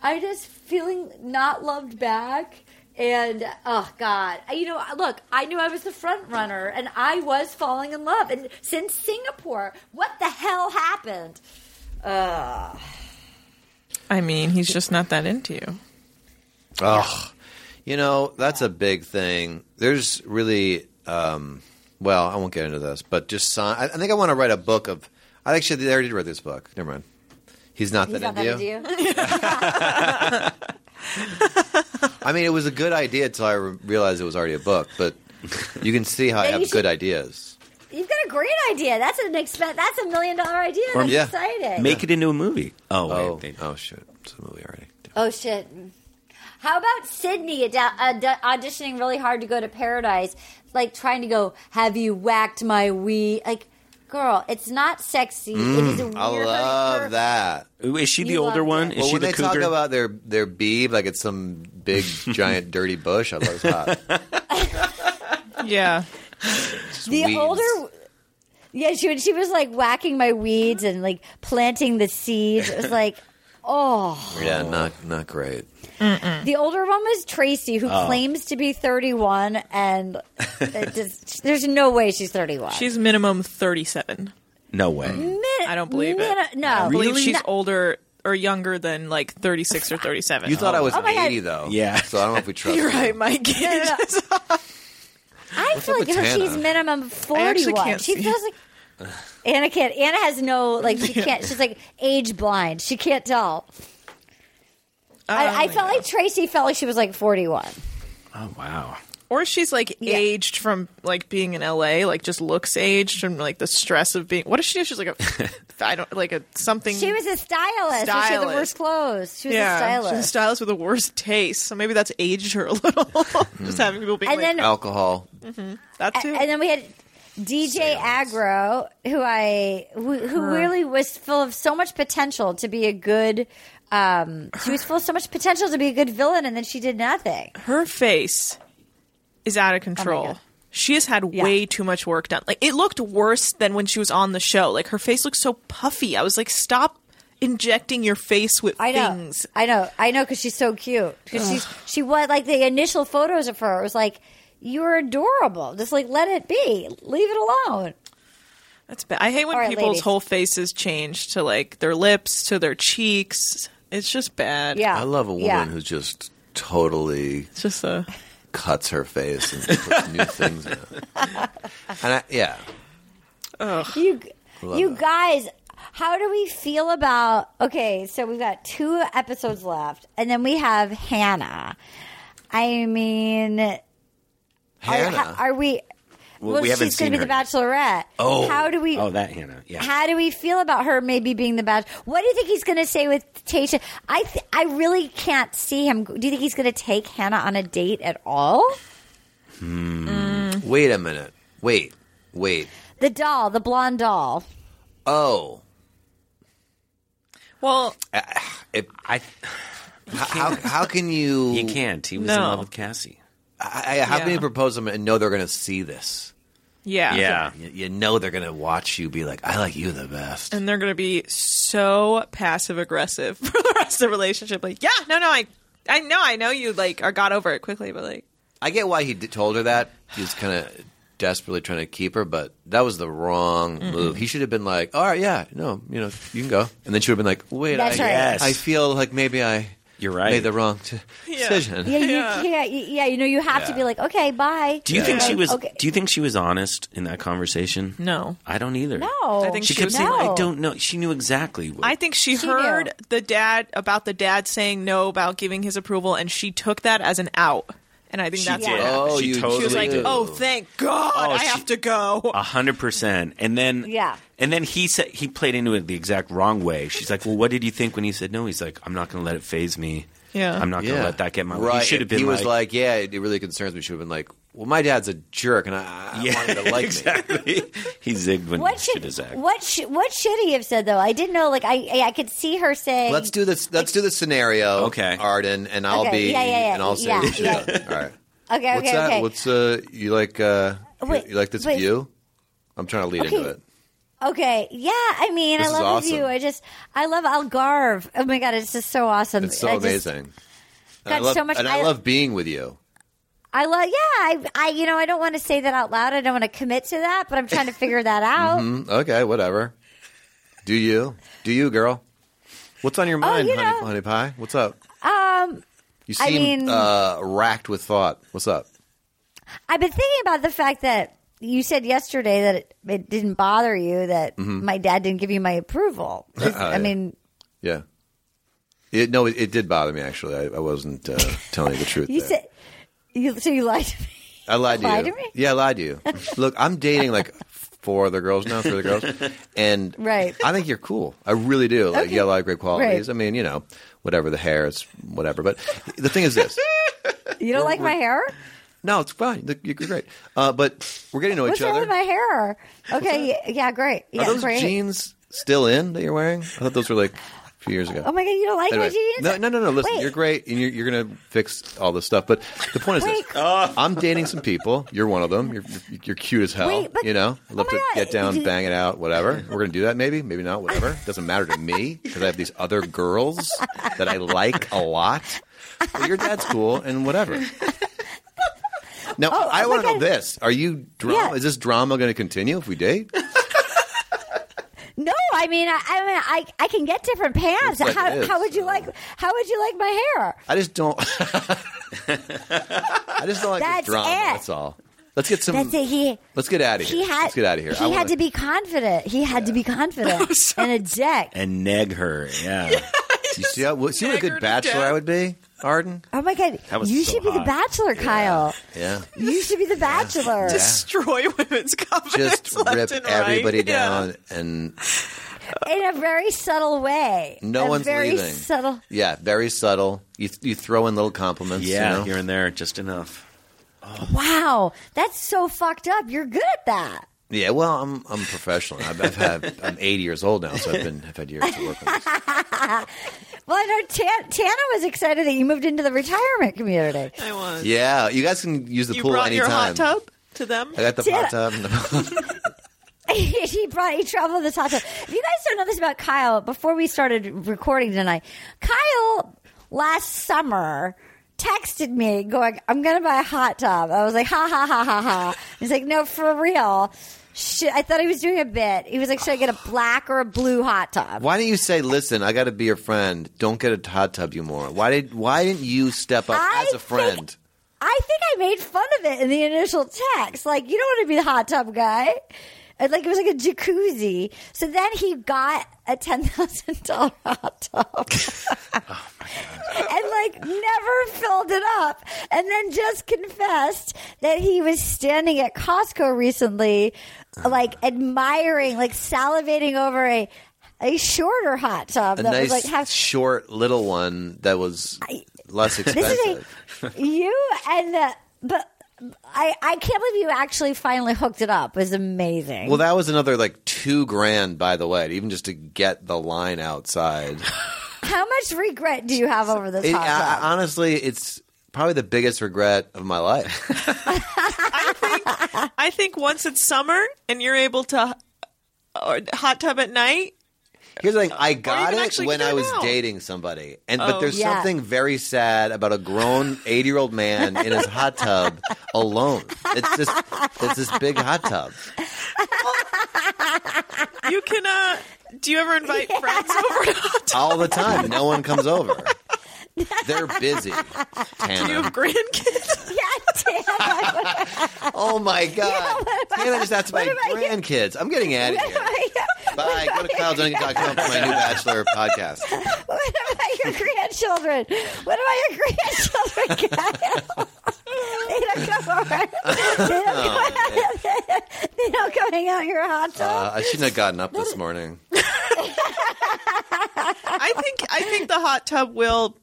Speaker 1: I just feeling not loved back. And oh god, I- you know, look, I knew I was the front runner, and I was falling in love. And since Singapore, what the hell happened? Ugh.
Speaker 4: I mean, he's just not that into you.
Speaker 2: Ugh. You know, that's a big thing. There's really, um, well, I won't get into this, but just sign. I, I think I want to write a book of. I actually I already read this book. Never mind. He's not
Speaker 1: He's
Speaker 2: that
Speaker 1: not
Speaker 2: into
Speaker 1: that
Speaker 2: you.
Speaker 1: into you.
Speaker 2: I mean, it was a good idea until I re- realized it was already a book, but you can see how I
Speaker 1: Then
Speaker 2: have
Speaker 1: you should-
Speaker 2: good ideas.
Speaker 1: You've got a great idea. That's an expen- That's a million dollar idea. That's
Speaker 2: yeah.
Speaker 1: exciting.
Speaker 5: Make it into a movie. Oh,
Speaker 2: Oh,
Speaker 5: wait, they-
Speaker 2: oh shit. It's a movie already.
Speaker 1: oh shit. How about Sydney ad- ad- auditioning really hard to go to Paradise, like trying to go? Have you whacked my wee? Like, girl, it's not sexy. it is a weird.
Speaker 2: Mm, I love that.
Speaker 5: is she the
Speaker 1: You
Speaker 5: older
Speaker 1: loved
Speaker 5: one?
Speaker 1: it.
Speaker 5: Is
Speaker 2: Well,
Speaker 5: she
Speaker 2: when
Speaker 5: the
Speaker 2: they
Speaker 5: cougar?
Speaker 2: talk about their their beeb, like it's some big, giant, dirty bush, I thought it was hot.
Speaker 4: Yeah.
Speaker 2: It's
Speaker 1: the
Speaker 2: weeds.
Speaker 1: older. Yeah, she was- she was like whacking my weeds and like planting the seeds. It was like, oh.
Speaker 2: Yeah, not not great.
Speaker 1: The older one was Tracy, who
Speaker 2: Oh.
Speaker 1: claims to be 31, and it just, there's no way she's 31.
Speaker 4: She's minimum 37.
Speaker 5: no way.
Speaker 1: Min-
Speaker 4: I don't believe it.
Speaker 1: min- No,
Speaker 4: I believe she's
Speaker 1: No.
Speaker 4: older or younger than like 36 or 37.
Speaker 2: You thought I was
Speaker 1: Oh my God.
Speaker 2: 80, though.
Speaker 5: Yeah.
Speaker 2: So I don't know if we trust
Speaker 4: You're
Speaker 2: you.
Speaker 4: right, Mike. Oh
Speaker 1: I feel
Speaker 2: up
Speaker 1: like
Speaker 2: with
Speaker 1: her, she's
Speaker 2: Hannah?
Speaker 1: minimum
Speaker 4: I actually
Speaker 1: 41.
Speaker 4: can't
Speaker 1: She
Speaker 4: see.
Speaker 1: feels like Anna can't. Anna has no like. She can't. She's like age blind. She can't tell.
Speaker 4: Oh
Speaker 1: I, I felt like Tracy felt like she was like 41.
Speaker 5: Oh wow.
Speaker 4: or she's like aged from like being in LA, like just looks aged from like the stress of being. What is she? She's like a, I don't like a something.
Speaker 1: She was a stylist. so She had the
Speaker 4: Stylist.
Speaker 1: worst clothes. She was
Speaker 4: yeah,
Speaker 1: a
Speaker 4: She's a
Speaker 1: stylist.
Speaker 4: stylist with the worst taste. So maybe that's aged her a little. just having people being
Speaker 1: And
Speaker 4: like,
Speaker 1: then
Speaker 2: Alcohol.
Speaker 4: that too.
Speaker 1: and then we had DJ Agro, who I who, who really was full of so much potential to be a good. Um, she was full of so much potential to be a good villain, and then she did nothing.
Speaker 4: her face is out of control.
Speaker 1: Oh God.
Speaker 4: she has had
Speaker 1: Yeah.
Speaker 4: way too much work done. Like it looked worse than when she was on the show. Like her face looked so puffy. I was like, stop injecting your face with
Speaker 1: I know,
Speaker 4: things.
Speaker 1: I know, I know, because she's so cute. Because she's she was like the initial photos of her it was like you're adorable. Just like let it be, leave it alone.
Speaker 4: That's bad. I hate when
Speaker 1: All right,
Speaker 4: people's
Speaker 1: ladies.
Speaker 4: whole faces change to like their lips to their cheeks. It's just bad.
Speaker 1: Yeah,
Speaker 2: I love a woman
Speaker 1: yeah.
Speaker 2: who just totally
Speaker 4: It's just a
Speaker 2: cuts her face and puts new things in it. And I, yeah.
Speaker 1: you
Speaker 2: Love
Speaker 1: you
Speaker 2: that.
Speaker 1: guys how do we feel about okay so we've got two episodes left and then we have hannah i mean are-
Speaker 2: Hannah.
Speaker 1: Are, we well,
Speaker 5: we haven't
Speaker 1: she's going
Speaker 5: seen
Speaker 1: to be the
Speaker 5: her yet.
Speaker 1: bachelorette
Speaker 2: Oh.
Speaker 1: how do we
Speaker 5: Oh, that Hannah. Yeah.
Speaker 1: how do we feel about her maybe being the bachelor? What do you think he's going to say with Tasha? I th- I really can't see him. Do you think he's going to take Hannah on a date at all?
Speaker 2: Wait a minute. Wait. Wait.
Speaker 1: The doll, the blonde doll.
Speaker 2: Oh.
Speaker 4: well.
Speaker 2: It,
Speaker 5: I
Speaker 2: how, how can you?
Speaker 5: he can't. He was in
Speaker 4: No.
Speaker 5: love with Cassie.
Speaker 2: I, I- how can
Speaker 4: Yeah.
Speaker 2: you propose them and know they're going to see this?
Speaker 4: Yeah.
Speaker 2: You, you know they're going to watch you be like, "I like you the best."
Speaker 4: And they're going to be so passive aggressive for the rest of the relationship. Like, yeah, no, no, I, I know, I know you like are got over it quickly, but like,
Speaker 2: I get why he d- told her that. He was kind of desperately trying to keep her, but that was the wrong move. He should have been like, "All right, yeah, no, you know, you can go," and then she would have been like, "Wait,
Speaker 1: That's
Speaker 2: I,
Speaker 1: right.
Speaker 5: Yes.
Speaker 2: I feel like maybe I
Speaker 5: You're right.
Speaker 2: made the wrong t- decision."
Speaker 1: Yeah, you
Speaker 4: Yeah.
Speaker 1: can't. y- Yeah, you know, you have to
Speaker 2: Yeah.
Speaker 1: be like, okay, bye.
Speaker 5: Do you think she was?
Speaker 1: Okay.
Speaker 5: Do you think she was honest in that conversation?
Speaker 4: no.
Speaker 5: I don't either.
Speaker 1: No,
Speaker 4: I think
Speaker 5: She
Speaker 4: She
Speaker 5: kept
Speaker 4: was-
Speaker 5: saying,
Speaker 1: No.
Speaker 5: "I don't know." She knew exactly. What,
Speaker 4: I think she,
Speaker 1: She
Speaker 4: heard
Speaker 1: knew.
Speaker 4: the dad about the dad saying no about giving his approval, and she took that as an out. And I think
Speaker 5: she
Speaker 4: that's
Speaker 5: did.
Speaker 4: what
Speaker 2: Oh,
Speaker 4: happened.
Speaker 5: she
Speaker 2: you
Speaker 5: totally
Speaker 4: she was like,
Speaker 5: did.
Speaker 4: "Oh, thank God, I
Speaker 5: she-
Speaker 4: have to go."
Speaker 5: A hundred percent. And then
Speaker 1: Yeah.
Speaker 5: And then he said he played into it the exact wrong way. She's like, Well, what did you think when he said no? He's like, I'm not gonna let it phase me.
Speaker 4: Yeah.
Speaker 5: I'm not gonna let that get my
Speaker 2: right.
Speaker 5: He should have
Speaker 2: If
Speaker 5: been
Speaker 2: He
Speaker 5: like,
Speaker 2: was like, "Yeah, it it really concerns me." She would have been like, "Well, my dad's a jerk, and I, I
Speaker 5: Yeah,
Speaker 2: wanted to like me."
Speaker 5: exactly. he zigged when
Speaker 1: What
Speaker 5: he should
Speaker 1: should
Speaker 5: have zagged.
Speaker 1: what should what should he have said though? I didn't know. Like I I- I could see her saying,
Speaker 2: Let's do this. Let's do the scenario,
Speaker 5: Okay.
Speaker 2: Arden, and I'll
Speaker 1: Okay,
Speaker 2: be,
Speaker 1: yeah, yeah, yeah,
Speaker 2: and I'll say,
Speaker 1: yeah,
Speaker 2: what you
Speaker 1: yeah.
Speaker 2: done. all right.
Speaker 1: Okay,
Speaker 2: What's
Speaker 1: okay,
Speaker 2: that?
Speaker 1: okay.
Speaker 2: What's uh? You like uh? you-
Speaker 1: Wait,
Speaker 2: you, like this
Speaker 1: wait.
Speaker 2: view? I'm trying to lead
Speaker 1: Okay.
Speaker 2: into it.
Speaker 1: okay, yeah. I mean,
Speaker 2: This
Speaker 1: I
Speaker 2: is
Speaker 1: love
Speaker 2: awesome.
Speaker 1: you. I just I love Algarve. Oh my god, it's just so awesome.
Speaker 2: It's so
Speaker 1: I just-
Speaker 2: amazing. And I
Speaker 1: got
Speaker 2: love,
Speaker 1: so much-
Speaker 2: and I,
Speaker 1: I-
Speaker 2: love being with you.
Speaker 1: I love. Yeah, I, I, you know, I don't want to say that out loud. I don't want to commit to that, but I'm trying to figure that out.
Speaker 2: Okay, whatever. Do you? Do you, girl? What's on your mind,
Speaker 1: Oh, you
Speaker 2: honey,
Speaker 1: know-
Speaker 2: honey pie? What's up? Mm-hmm.
Speaker 1: Um,
Speaker 2: You seem
Speaker 1: I mean-
Speaker 2: uh, racked with thought. What's up?
Speaker 1: I've been thinking about the fact that you said yesterday that it, it didn't bother you that my dad didn't give you my approval. Is- I
Speaker 2: Mm-hmm. Uh-uh, yeah.
Speaker 1: mean,
Speaker 2: Yeah. It, no, it, it did bother me actually. I, I wasn't uh, telling you the truth.
Speaker 1: you
Speaker 2: there.
Speaker 1: said you so you lied to me.
Speaker 2: I lied to
Speaker 1: Lied
Speaker 2: you.
Speaker 1: to me?
Speaker 2: Yeah, I lied to you. Look, I'm dating like four other girls now, three other girls, and
Speaker 1: Right.
Speaker 2: I think you're cool. I really do. Like, you got a lot of great qualities.
Speaker 1: Right.
Speaker 2: I mean, you know, whatever the hair, it's whatever. But the thing is this:
Speaker 1: You don't like my hair?
Speaker 2: no, it's fine. Look, You're great. Uh, but we're getting to know
Speaker 1: What's
Speaker 2: each
Speaker 1: wrong
Speaker 2: other.
Speaker 1: with my hair? Okay, yeah, yeah, great. Yeah,
Speaker 2: Are those
Speaker 1: great.
Speaker 2: jeans still in that you're wearing? I thought those were like a few years ago.
Speaker 1: Oh my god, you don't like my
Speaker 2: Anyway,
Speaker 1: jeans?
Speaker 2: no, no, no, no. Listen,
Speaker 1: Wait.
Speaker 2: you're great, and you're, you're gonna fix all this stuff. But the point is
Speaker 1: Wait.
Speaker 2: this: I'm dating some people. You're one of them. You're you're, you're cute as hell.
Speaker 1: Wait, but-
Speaker 2: you know, I love
Speaker 1: oh
Speaker 2: to
Speaker 1: my God.
Speaker 2: get down,
Speaker 1: You-
Speaker 2: bang it out, whatever. We're gonna do that, maybe, maybe not, whatever. Doesn't matter to me because I have these other girls that I like a lot. But your dad's cool and whatever. Now I
Speaker 1: oh
Speaker 2: want
Speaker 1: my
Speaker 2: to
Speaker 1: God.
Speaker 2: know this: Are you drama?
Speaker 1: Yeah.
Speaker 2: Is this drama going to continue if we date?
Speaker 1: No, I mean, I, I mean, I, I can get different pants.
Speaker 2: Looks like it
Speaker 1: how,
Speaker 2: is.
Speaker 1: how would you like? How would you like my hair?
Speaker 2: I just don't. I just don't like
Speaker 1: That's
Speaker 2: this drama.
Speaker 1: it.
Speaker 2: That's all. Let's get some.
Speaker 1: That's it. He
Speaker 2: Let's get out of here.
Speaker 1: he had
Speaker 2: Let's get out of here.
Speaker 1: He
Speaker 2: I
Speaker 1: had
Speaker 2: wanna-
Speaker 1: to be confident. He had to be confident and a dick.
Speaker 5: and neg her. Yeah.
Speaker 2: You see, how- well, see what a good
Speaker 4: Dagger to
Speaker 2: bachelor
Speaker 4: death.
Speaker 2: I would be, Arden.
Speaker 1: Oh my god!
Speaker 5: That was
Speaker 1: you
Speaker 5: so
Speaker 1: should be the
Speaker 5: hot.
Speaker 1: Bachelor, Kyle.
Speaker 2: Yeah.
Speaker 1: You should be the Bachelor.
Speaker 4: Destroy women's confidence.
Speaker 2: Just
Speaker 4: left
Speaker 2: rip
Speaker 4: and
Speaker 2: everybody
Speaker 4: right. Yeah.
Speaker 2: down, and
Speaker 1: in a very subtle way.
Speaker 2: no
Speaker 1: a
Speaker 2: one's
Speaker 1: very
Speaker 2: leaving.
Speaker 1: subtle.
Speaker 2: Yeah, very subtle. You you throw in little compliments.
Speaker 5: yeah,
Speaker 2: you
Speaker 5: here
Speaker 2: know?
Speaker 5: and there, just enough.
Speaker 1: Wow, that's so fucked up. You're good at that.
Speaker 2: yeah. Well, I'm I'm a professional. I've, I've had I'm 80 years old now, so I've been I've had years to work on this.
Speaker 1: Well, I know Tan- Tana was excited that you moved into the retirement community.
Speaker 4: I was.
Speaker 2: Yeah, you guys can use the
Speaker 4: You
Speaker 2: pool
Speaker 4: brought
Speaker 2: anytime.
Speaker 4: your hot tub to them.
Speaker 2: I got the
Speaker 1: Tana-
Speaker 2: hot tub. and the-
Speaker 1: he brought he traveled this hot tub. If you guys don't know this about Kyle, before we started recording tonight, Kyle last summer texted me going, "I'm going to buy a hot tub." I was like, "Ha ha ha ha ha." He's like, "No, for real." Shit, I thought he was doing a bit. He was like, "Should I get a black or a blue hot tub?"
Speaker 2: Why don't you say, "Listen, I got to be your friend. Don't get a hot tub, you more." Why did Why didn't you step up
Speaker 1: I
Speaker 2: as a
Speaker 1: think-
Speaker 2: friend?
Speaker 1: I think I made fun of it in the initial text. Like, you don't want to be the hot tub guy. And, like, it was like a jacuzzi. So then he got a $10,000 hot tub. and, like, never filled it up. And then just confessed that he was standing at Costco recently, like, admiring, like, salivating over a. A shorter hot tub
Speaker 2: a
Speaker 1: that was
Speaker 2: nice
Speaker 1: like half
Speaker 2: short little one that was less
Speaker 1: This
Speaker 2: expensive.
Speaker 1: is a, you and the but I I can't believe you actually finally hooked it up. It was amazing.
Speaker 2: well, that was another like two grand, by the way, even just to get the line outside.
Speaker 1: How much regret do you have over this
Speaker 2: It- uh,
Speaker 1: hot
Speaker 2: I- I-
Speaker 1: tub?
Speaker 2: honestly, it's probably the biggest regret of my life.
Speaker 4: I think once it's summer and you're able to or hot tub at night,
Speaker 2: Here's the thing: I got
Speaker 4: can
Speaker 2: it
Speaker 4: actually
Speaker 2: when
Speaker 4: do it
Speaker 2: I was
Speaker 4: now.
Speaker 2: dating somebody, and but there's
Speaker 1: Oh. Yeah.
Speaker 2: something very sad about a grown eighty year old man in his hot tub alone. It's just it's this big hot tub.
Speaker 4: you can. Uh, do you ever invite friends over to hot tub?
Speaker 2: all the time. No one comes over. They're busy. Tana.
Speaker 4: Do you have grandkids?
Speaker 2: uh,
Speaker 1: yeah, damn.
Speaker 2: oh my god! Tana just asked my
Speaker 1: about you?
Speaker 2: grandkids. I'm getting out of here. Bye. Go to ClyleDunning.com for my new bachelor podcast.
Speaker 1: What about your grandchildren? What about your grandchildren, Kyle? they don't come over. They don't, come, they don't come hang out in your hot tub.
Speaker 2: Uh, I shouldn't have gotten up this morning.
Speaker 4: I think. I think the hot tub will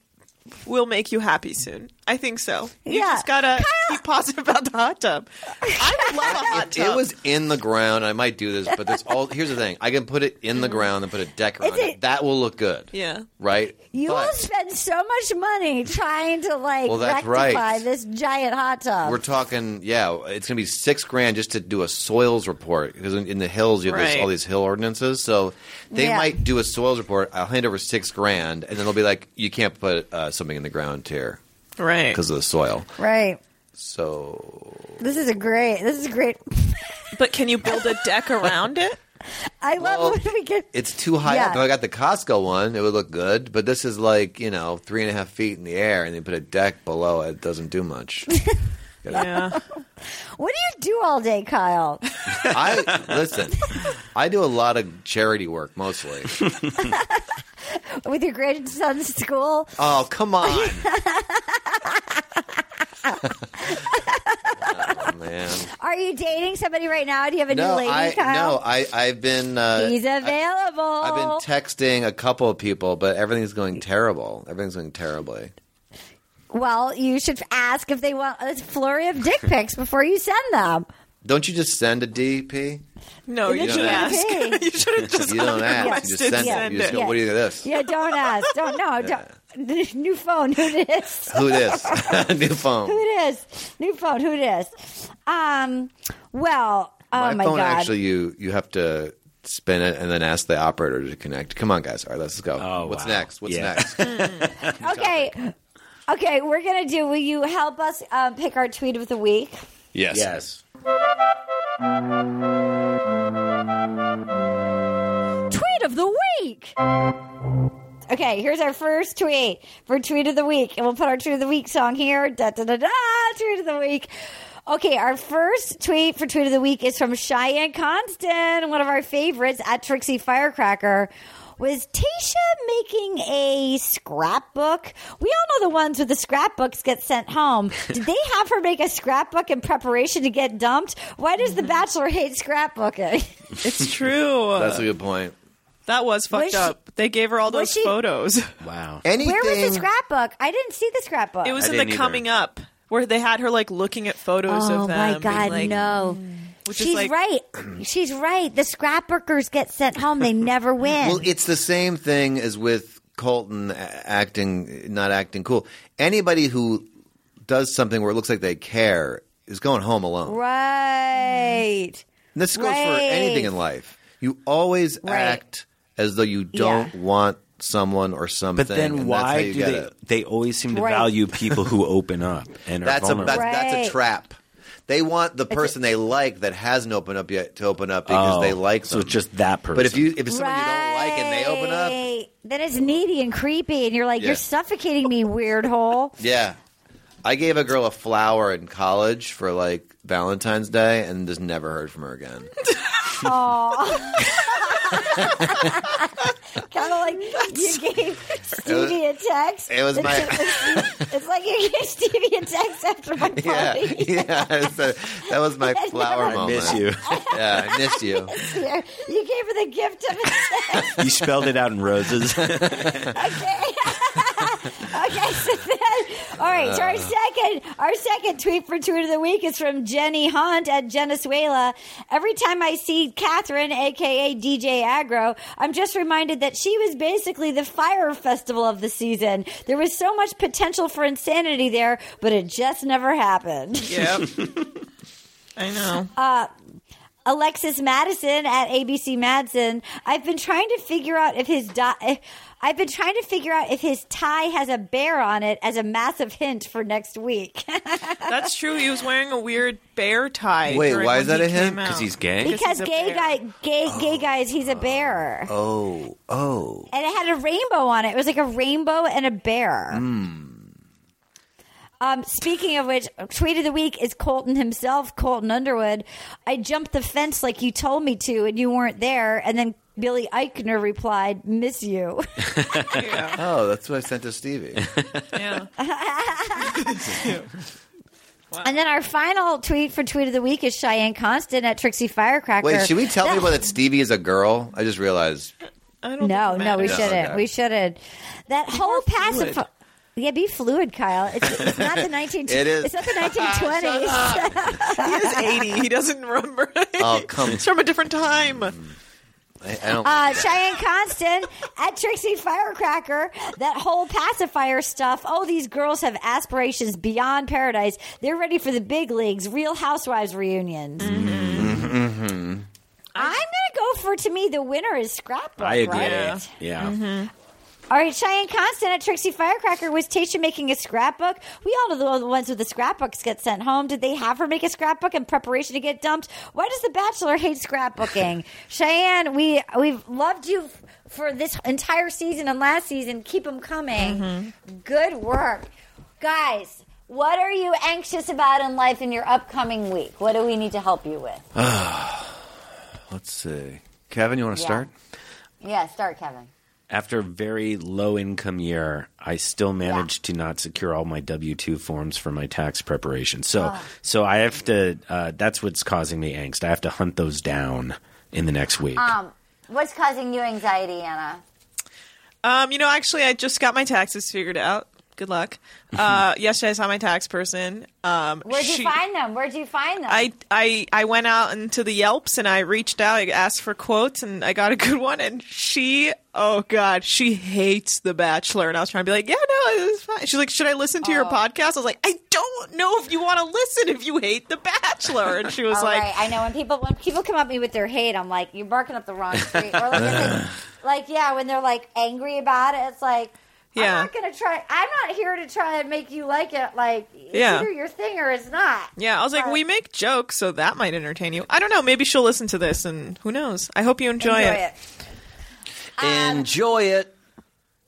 Speaker 4: will make you happy soon. I think so. You
Speaker 1: Yeah.
Speaker 4: just gotta keep positive about the hot tub. I would love a hot tub.
Speaker 2: It was in the ground. I might do this, but that's all. Here's the thing: I can put it in the ground and put a deck around
Speaker 1: It's a-
Speaker 2: it. That will look good.
Speaker 4: Yeah.
Speaker 2: Right.
Speaker 1: You
Speaker 2: But
Speaker 1: will spend so much money trying to like
Speaker 2: Well, that's
Speaker 1: rectify
Speaker 2: right.
Speaker 1: this giant hot tub.
Speaker 2: We're talking, yeah, it's going to be six grand just to do a soils report because in, in the hills you have this,
Speaker 4: Right.
Speaker 2: all these hill ordinances. So they
Speaker 1: Yeah.
Speaker 2: might do a soils report. I'll hand over six grand, and then they'll be like, you can't put uh, something in the ground here
Speaker 4: right.
Speaker 2: because of the soil.
Speaker 1: right.
Speaker 2: So
Speaker 1: This is a great. This is great.
Speaker 4: But can you build a deck around it?
Speaker 1: I love
Speaker 2: Well,
Speaker 1: when we get.
Speaker 2: it's too high
Speaker 1: Yeah.
Speaker 2: up. If I got the Costco one, it would look good, but this is like you know three and a half feet in the air, and they put a deck below it. It doesn't do much.
Speaker 4: Yeah.
Speaker 1: What do you do all day, Kyle?
Speaker 2: I listen. I do a lot of charity work mostly.
Speaker 1: With your grandson's school?
Speaker 2: Oh come on. Oh, man.
Speaker 1: Are you dating somebody right now? Do you have a new
Speaker 2: No,
Speaker 1: lady,
Speaker 2: I
Speaker 1: Kyle?
Speaker 2: no, I I've been uh,
Speaker 1: He's available.
Speaker 2: I've been texting a couple of people, but everything's going terrible. Everything's going terribly.
Speaker 1: well, you should ask if they want a flurry of dick pics before you send them.
Speaker 2: Don't you just send a DP?
Speaker 4: No, you
Speaker 2: don't
Speaker 4: should
Speaker 2: ask.
Speaker 4: ask.
Speaker 1: Hey.
Speaker 4: you should have just
Speaker 2: You don't ask. You
Speaker 4: requested
Speaker 2: just send
Speaker 1: send
Speaker 2: it. You just
Speaker 1: it.
Speaker 2: go, what do you think of this?
Speaker 1: Yeah, don't ask. Don't know. Don't. New phone. Who this?
Speaker 2: Who this? New phone.
Speaker 1: Who this? New phone. Who this? Um. Well. Oh
Speaker 2: my,
Speaker 1: my,
Speaker 2: phone
Speaker 1: god.
Speaker 2: actually you you have to spin it and then ask the operator to connect. Come on guys. All right, let's go.
Speaker 5: Oh,
Speaker 2: What's
Speaker 5: wow.
Speaker 2: next? What's
Speaker 5: Yeah.
Speaker 2: next?
Speaker 1: okay. Okay, we're gonna do. Will you help us uh, pick our tweet of the week?
Speaker 5: Yes. Yes.
Speaker 6: Tweet of the week.
Speaker 1: Okay, here's our first tweet for tweet of the week, and we'll put our tweet of the week song here. Da da da da. Tweet of the week. Okay, our first tweet for tweet of the week is from Cheyenne Constant, one of our favorites at Trixie Firecracker. Was Tisha making a scrapbook? We all know the ones with the scrapbooks get sent home. Did they have her make a scrapbook in preparation to get dumped? Why does The Bachelor hate scrapbooking?
Speaker 4: It's true.
Speaker 2: That's a good point.
Speaker 4: that was fucked
Speaker 1: Was she-
Speaker 4: up. They gave her all
Speaker 1: was
Speaker 4: those
Speaker 1: she-
Speaker 4: photos.
Speaker 5: Wow.
Speaker 2: Anything
Speaker 1: Where was the scrapbook? I didn't see the scrapbook.
Speaker 4: It was in
Speaker 5: I
Speaker 4: the
Speaker 5: didn't either.
Speaker 4: coming up where they had her like looking at photos
Speaker 1: oh
Speaker 4: of them.
Speaker 1: my god,
Speaker 4: being, like,
Speaker 1: no.
Speaker 4: Which
Speaker 1: She's
Speaker 4: is like,
Speaker 1: right. She's right. The scrapbookers get sent home. They never win.
Speaker 2: Well, it's the same thing as with Colton a- acting, not acting cool. Anybody who does something where it looks like they care is going home alone.
Speaker 1: right.
Speaker 2: And this goes for
Speaker 1: Right.
Speaker 2: anything in life. You always
Speaker 1: Right.
Speaker 2: act as though you don't want someone or something.
Speaker 5: But then
Speaker 2: and that's how
Speaker 5: why
Speaker 2: you
Speaker 5: do
Speaker 2: get
Speaker 5: they?
Speaker 2: it.
Speaker 5: They always seem to
Speaker 1: Right.
Speaker 5: value people who open up and are
Speaker 2: That's a
Speaker 5: vulnerable.
Speaker 2: that's, that's
Speaker 1: Right.
Speaker 2: a trap. They want the person they like that hasn't opened up yet to open up because
Speaker 5: Oh,
Speaker 2: they like
Speaker 5: so
Speaker 2: them.
Speaker 5: it's just that person.
Speaker 2: But if you if it's someone
Speaker 1: right.
Speaker 2: you don't like and they open up,
Speaker 1: Then it's needy and creepy, and you're like,
Speaker 2: Yeah.
Speaker 1: you're suffocating me, weird hole.
Speaker 2: yeah. I gave a girl a flower in college for like Valentine's Day and just never heard from her again.
Speaker 1: kind of like you gave Stevie a text.
Speaker 2: It was my
Speaker 1: It's like you gave Stevie a text after my party.
Speaker 2: yeah yeah. So that was my flower
Speaker 5: I
Speaker 2: moment.
Speaker 5: miss you.
Speaker 2: Yeah, I miss you.
Speaker 1: You gave her the gift of a text.
Speaker 5: you spelled it out in roses.
Speaker 1: Okay, so then, all right. So our second, our second tweet for tweet of the week is from Jenny Hunt at Venezuela. Every time I see Catherine, aka DJ Agro, I'm just reminded that she was basically the fire festival of the season. There was so much potential for insanity there, but it just never happened.
Speaker 4: Yep. I know.
Speaker 1: Alexis Madison at ABC Madison. I've been trying to figure out if his di- if- I've been trying to figure out if his tie has a bear on it as a massive hint for next week.
Speaker 4: That's true. He was wearing a weird bear tie.
Speaker 2: Wait,
Speaker 4: during
Speaker 2: why
Speaker 4: when
Speaker 2: is that
Speaker 4: he
Speaker 2: a hint?
Speaker 4: came out.
Speaker 5: Because he's gay.
Speaker 1: because
Speaker 4: he's a
Speaker 1: gay
Speaker 4: bear.
Speaker 1: guy, gay gay guys, he's a bear,
Speaker 2: Oh, oh.
Speaker 1: and it had a rainbow on it. It was like a rainbow and a bear. Um, speaking of which, tweet of the week is Colton himself, Colton Underwood. I jumped the fence like you told me to, and you weren't there. And then Billy Eichner replied, "Miss you."
Speaker 4: Yeah.
Speaker 2: Oh, that's what I sent to Stevie.
Speaker 4: yeah.
Speaker 1: And then our final tweet for tweet of the week is Cheyenne Constant at Trixie Firecracker.
Speaker 2: Wait, should we tell
Speaker 1: That-
Speaker 2: people that Stevie is a girl? I just realized.
Speaker 4: I don't
Speaker 1: No,
Speaker 4: think it
Speaker 1: no, we
Speaker 4: matters.
Speaker 1: shouldn't.
Speaker 2: okay.
Speaker 1: We shouldn't. That whole
Speaker 4: fluid.
Speaker 1: pacify. Yeah, be fluid, Kyle. It's, it's not the nineteen.
Speaker 2: It is.
Speaker 1: It's not the nineteen twenties.
Speaker 4: He is 80. He doesn't remember.
Speaker 2: Oh, come.
Speaker 4: It's from a different time.
Speaker 2: I, I don't.
Speaker 1: Uh, Cheyenne Constant at Trixie Firecracker. That whole pacifier stuff. Oh, these girls have aspirations beyond paradise. They're ready for the big leagues. Real Housewives reunions.
Speaker 2: Mm-hmm.
Speaker 1: I'm gonna go for to me the winner is Scrapbook.
Speaker 5: I agree.
Speaker 1: right?
Speaker 5: Yeah.
Speaker 4: Yeah.
Speaker 1: All right, Cheyenne Constant at Trixie Firecracker was Tasha making a scrapbook. We all know the ones with the scrapbooks get sent home. Did they have her make a scrapbook in preparation to get dumped? Why does The Bachelor hate scrapbooking? Cheyenne, we we've loved you f- for this entire season and last season. Keep them coming. Good work, guys. What are you anxious about in life in your upcoming week? What do we need to help you with?
Speaker 2: Let's see. Kevin, you want to
Speaker 1: Yeah.
Speaker 2: start?
Speaker 1: Yeah, start, Kevin.
Speaker 5: After a very low income year, I still managed to not secure all my W two forms for my tax preparation. So, so I have to. Uh, that's what's causing me angst. I have to hunt those down in the next week.
Speaker 1: Um, What's causing you anxiety, Anna?
Speaker 4: Um, you know, actually, I just got my taxes figured out. Good luck. Uh, yesterday, I saw my tax person. Um,
Speaker 1: Where'd
Speaker 4: she-
Speaker 1: you find them? Where'd you find them?
Speaker 4: I, I I went out into the Yelps and I reached out. I asked for quotes and I got a good one. And she, oh god, she hates The Bachelor. And I was trying to be like, yeah, no, it was fine. She's like, should I listen
Speaker 1: Oh.
Speaker 4: to your podcast? I was like, I don't know if you want to listen if you hate The Bachelor. And she was
Speaker 1: All
Speaker 4: like,
Speaker 1: right, I know when people when people come at me with their hate, I'm like, you're barking up the wrong street. Or like, it's like, like, yeah, when they're like angry about it, it's like,
Speaker 4: Yeah.
Speaker 1: I'm not gonna try. I'm not here to try and make you like it. Like, it's
Speaker 4: Yeah.
Speaker 1: either your thing or it's not.
Speaker 4: Yeah, I was like,
Speaker 1: But-
Speaker 4: we make jokes, so that might entertain you. I don't know. Maybe she'll listen to this, and who knows? I hope you enjoy,
Speaker 1: Enjoy it.
Speaker 4: it.
Speaker 1: Um,
Speaker 2: Enjoy it.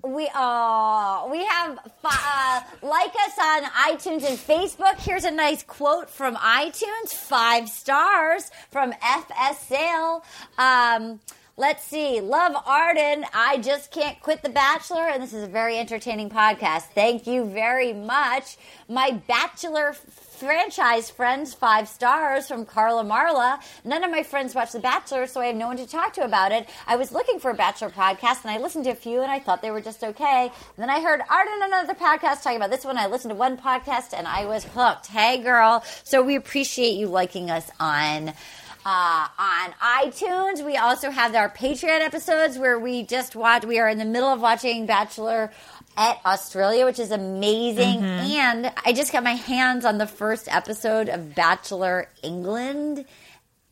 Speaker 1: We uh, we have fi- uh, like us on iTunes and Facebook. Here's a nice quote from iTunes: five stars from FS Sale. Um, let's see, love Arden. I just can't quit The Bachelor, and this is a very entertaining podcast. Thank you very much, my Bachelor franchise friends five stars from Carla Marla. None of my friends watch The Bachelor, so I have no one to talk to about it. I was looking for a Bachelor podcast and I listened to a few and I thought they were just okay. And then I heard Art on another podcast talking about this one. I listened to one podcast and I was hooked. Hey, girl. So we appreciate you liking us on uh, on iTunes. We also have our Patreon episodes where we just watch. We are in the middle of watching Bachelor at Australia, which is amazing.
Speaker 2: Mm-hmm.
Speaker 1: And I just got my hands on the first episode of Bachelor England,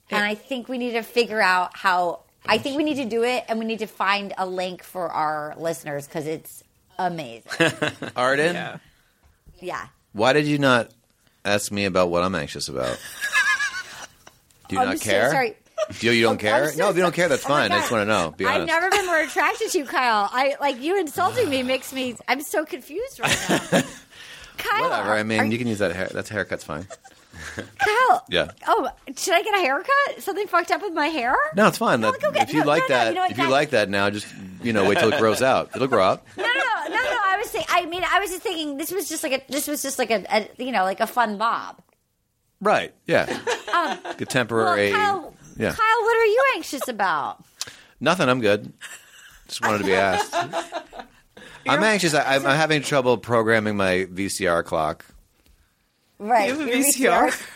Speaker 1: and I think we need to figure out how. I think we need to do it, and we need to find a link for our listeners because it's amazing.
Speaker 2: Arden,
Speaker 4: Yeah.
Speaker 1: yeah.
Speaker 2: why did you not ask me about what I'm anxious about? Do you
Speaker 1: I'm
Speaker 2: not
Speaker 1: so
Speaker 2: care?
Speaker 1: sorry.
Speaker 2: Do you don't
Speaker 1: I'm
Speaker 2: care?
Speaker 1: so
Speaker 2: no, if you don't care, that's
Speaker 1: Oh my
Speaker 2: fine. I just
Speaker 1: God.
Speaker 2: want to know. Be
Speaker 1: I've
Speaker 2: honest.
Speaker 1: never been more attracted to you, Kyle. I like you insulting me makes me. I'm so confused right now. Kyle,
Speaker 2: Whatever. I
Speaker 1: are-
Speaker 2: mean, you can use that hair. That haircut's fine.
Speaker 1: Kyle.
Speaker 2: Yeah.
Speaker 1: Oh, should I get a haircut? Something fucked up with my hair?
Speaker 2: No, it's fine.
Speaker 1: No,
Speaker 2: That-
Speaker 1: go get-
Speaker 2: if you
Speaker 1: no,
Speaker 2: like
Speaker 1: no, no,
Speaker 2: that,
Speaker 1: you know what,
Speaker 2: if you
Speaker 1: guys?
Speaker 2: like that now, just you know, wait till it grows out. It'll grow out.
Speaker 1: No, no, no, no, no. I was saying. I mean, I was just thinking. This was just like a. This was just like a, a you know, like a fun bob.
Speaker 2: Right. Yeah. Good
Speaker 1: Um, Well,
Speaker 2: temporary.
Speaker 1: Kyle.
Speaker 2: yeah.
Speaker 1: Kyle, what are you anxious about?
Speaker 2: Nothing. I'm good. Just wanted to be asked. I'm anxious. I, I'm, I'm having trouble programming my VCR clock.
Speaker 1: Right.
Speaker 4: You have a
Speaker 1: your
Speaker 4: VCR?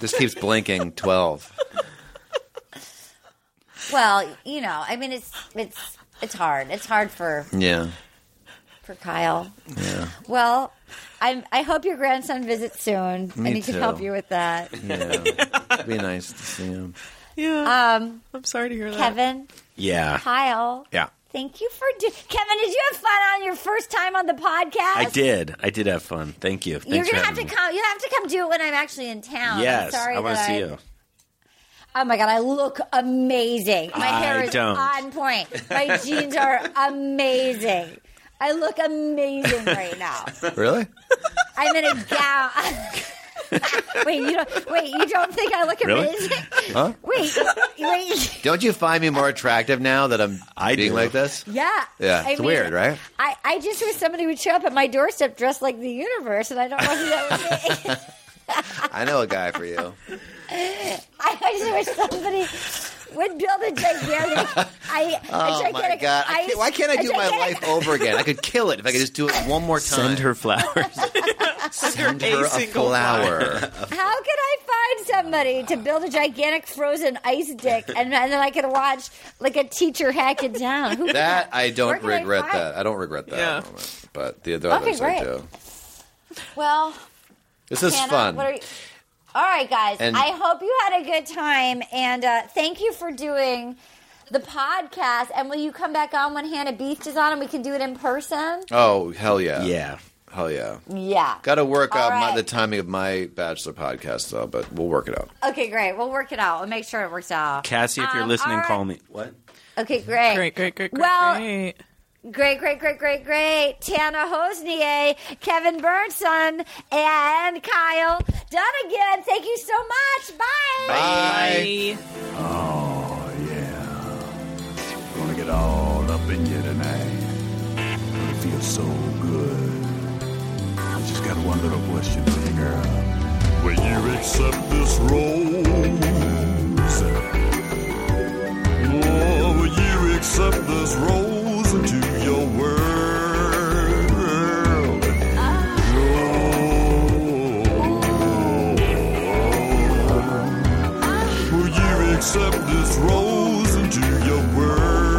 Speaker 2: This keeps blinking twelve.
Speaker 1: Well, you know, I mean, it's it's it's hard. It's hard for
Speaker 2: Yeah.
Speaker 1: for Kyle. Well, I'm, I hope your grandson visits soon
Speaker 2: Me
Speaker 1: and he
Speaker 2: too.
Speaker 1: can help you with that.
Speaker 2: Yeah. It'd be nice to see him.
Speaker 4: Yeah,
Speaker 1: Um,
Speaker 4: I'm sorry to hear that.
Speaker 1: Kevin,
Speaker 5: yeah,
Speaker 1: Kyle,
Speaker 5: yeah.
Speaker 1: thank you for do- Kevin. Did you have fun on your first time on the podcast?
Speaker 5: I did. I did have fun. Thank you.
Speaker 1: You're
Speaker 5: Thanks
Speaker 1: gonna
Speaker 5: for
Speaker 1: have to
Speaker 5: having me.
Speaker 1: come. You'll have to come do it when I'm actually in town.
Speaker 5: Yes,
Speaker 1: I'm sorry
Speaker 5: I want to
Speaker 1: that
Speaker 5: see
Speaker 1: I-
Speaker 5: you.
Speaker 1: Oh my god, I look amazing. My
Speaker 5: I
Speaker 1: hair is
Speaker 5: don't.
Speaker 1: on point. My jeans are amazing. I look amazing right now.
Speaker 2: Really?
Speaker 1: I'm in a gown. wait, you don't. Wait, you don't think I look
Speaker 5: Really?
Speaker 1: amazing?
Speaker 2: Huh?
Speaker 1: Wait, wait.
Speaker 2: Don't you find me more attractive now that I'm
Speaker 5: I
Speaker 2: being
Speaker 5: do.
Speaker 2: like this?
Speaker 1: Yeah,
Speaker 2: Yeah.
Speaker 1: I
Speaker 2: it's
Speaker 1: mean,
Speaker 2: weird, right?
Speaker 1: I, I just wish somebody would show up at my doorstep dressed like the universe, and I don't know who that would be.
Speaker 2: I know a guy for you.
Speaker 1: I, I just wish somebody would build a gigantic. I,
Speaker 2: Oh
Speaker 1: a
Speaker 2: my
Speaker 1: gigantic
Speaker 2: god! I
Speaker 1: ice-
Speaker 2: can't, why can't I
Speaker 1: a
Speaker 2: do my
Speaker 1: gigantic-
Speaker 2: life over again? I could kill it if I could just do it one more time.
Speaker 5: Send her flowers.
Speaker 2: Send
Speaker 4: a
Speaker 2: her a
Speaker 4: single
Speaker 2: flower.
Speaker 1: How can I find somebody to build a gigantic frozen ice dick, and, and then I could watch like a teacher hack it down? Who
Speaker 2: that I
Speaker 1: Where
Speaker 2: don't
Speaker 1: can I
Speaker 2: regret.
Speaker 1: find-
Speaker 2: that I don't regret that.
Speaker 4: Yeah.
Speaker 2: at the moment, but the other
Speaker 1: Okay,
Speaker 2: others
Speaker 1: great.
Speaker 2: I do.
Speaker 1: Well,
Speaker 2: This is
Speaker 1: Hannah,
Speaker 2: fun.
Speaker 1: what are you- all right, guys.
Speaker 2: And-
Speaker 1: I hope you had a good time, and uh, thank you for doing the podcast? And will you come back on when Hannah Beast is on and we can do it in person?
Speaker 2: Oh hell yeah,
Speaker 5: Yeah.
Speaker 2: hell yeah.
Speaker 1: Yeah.
Speaker 2: Got to work
Speaker 1: All
Speaker 2: out my,
Speaker 1: right.
Speaker 2: the timing of my bachelor podcast though, but we'll work it out.
Speaker 1: Okay, great. We'll work it out. We'll make sure it works out.
Speaker 5: Cassie, if you're
Speaker 1: Um,
Speaker 5: listening,
Speaker 1: all right.
Speaker 5: call me. What?
Speaker 1: Okay, great.
Speaker 4: Great, great, great, great.
Speaker 1: Well,
Speaker 4: great.
Speaker 1: Great, great, great, great, great. Tana Hosnier, Kevin Burnson, and Kyle Dunnigan. Thank you so much. Bye.
Speaker 4: Bye.
Speaker 3: Oh, yeah. Gonna get all up in you tonight. It feels so good. I just got one little question for you, girl. Will you accept this rose? Oh, will you accept this rose into your world? Oh. Will you accept this rose into your world?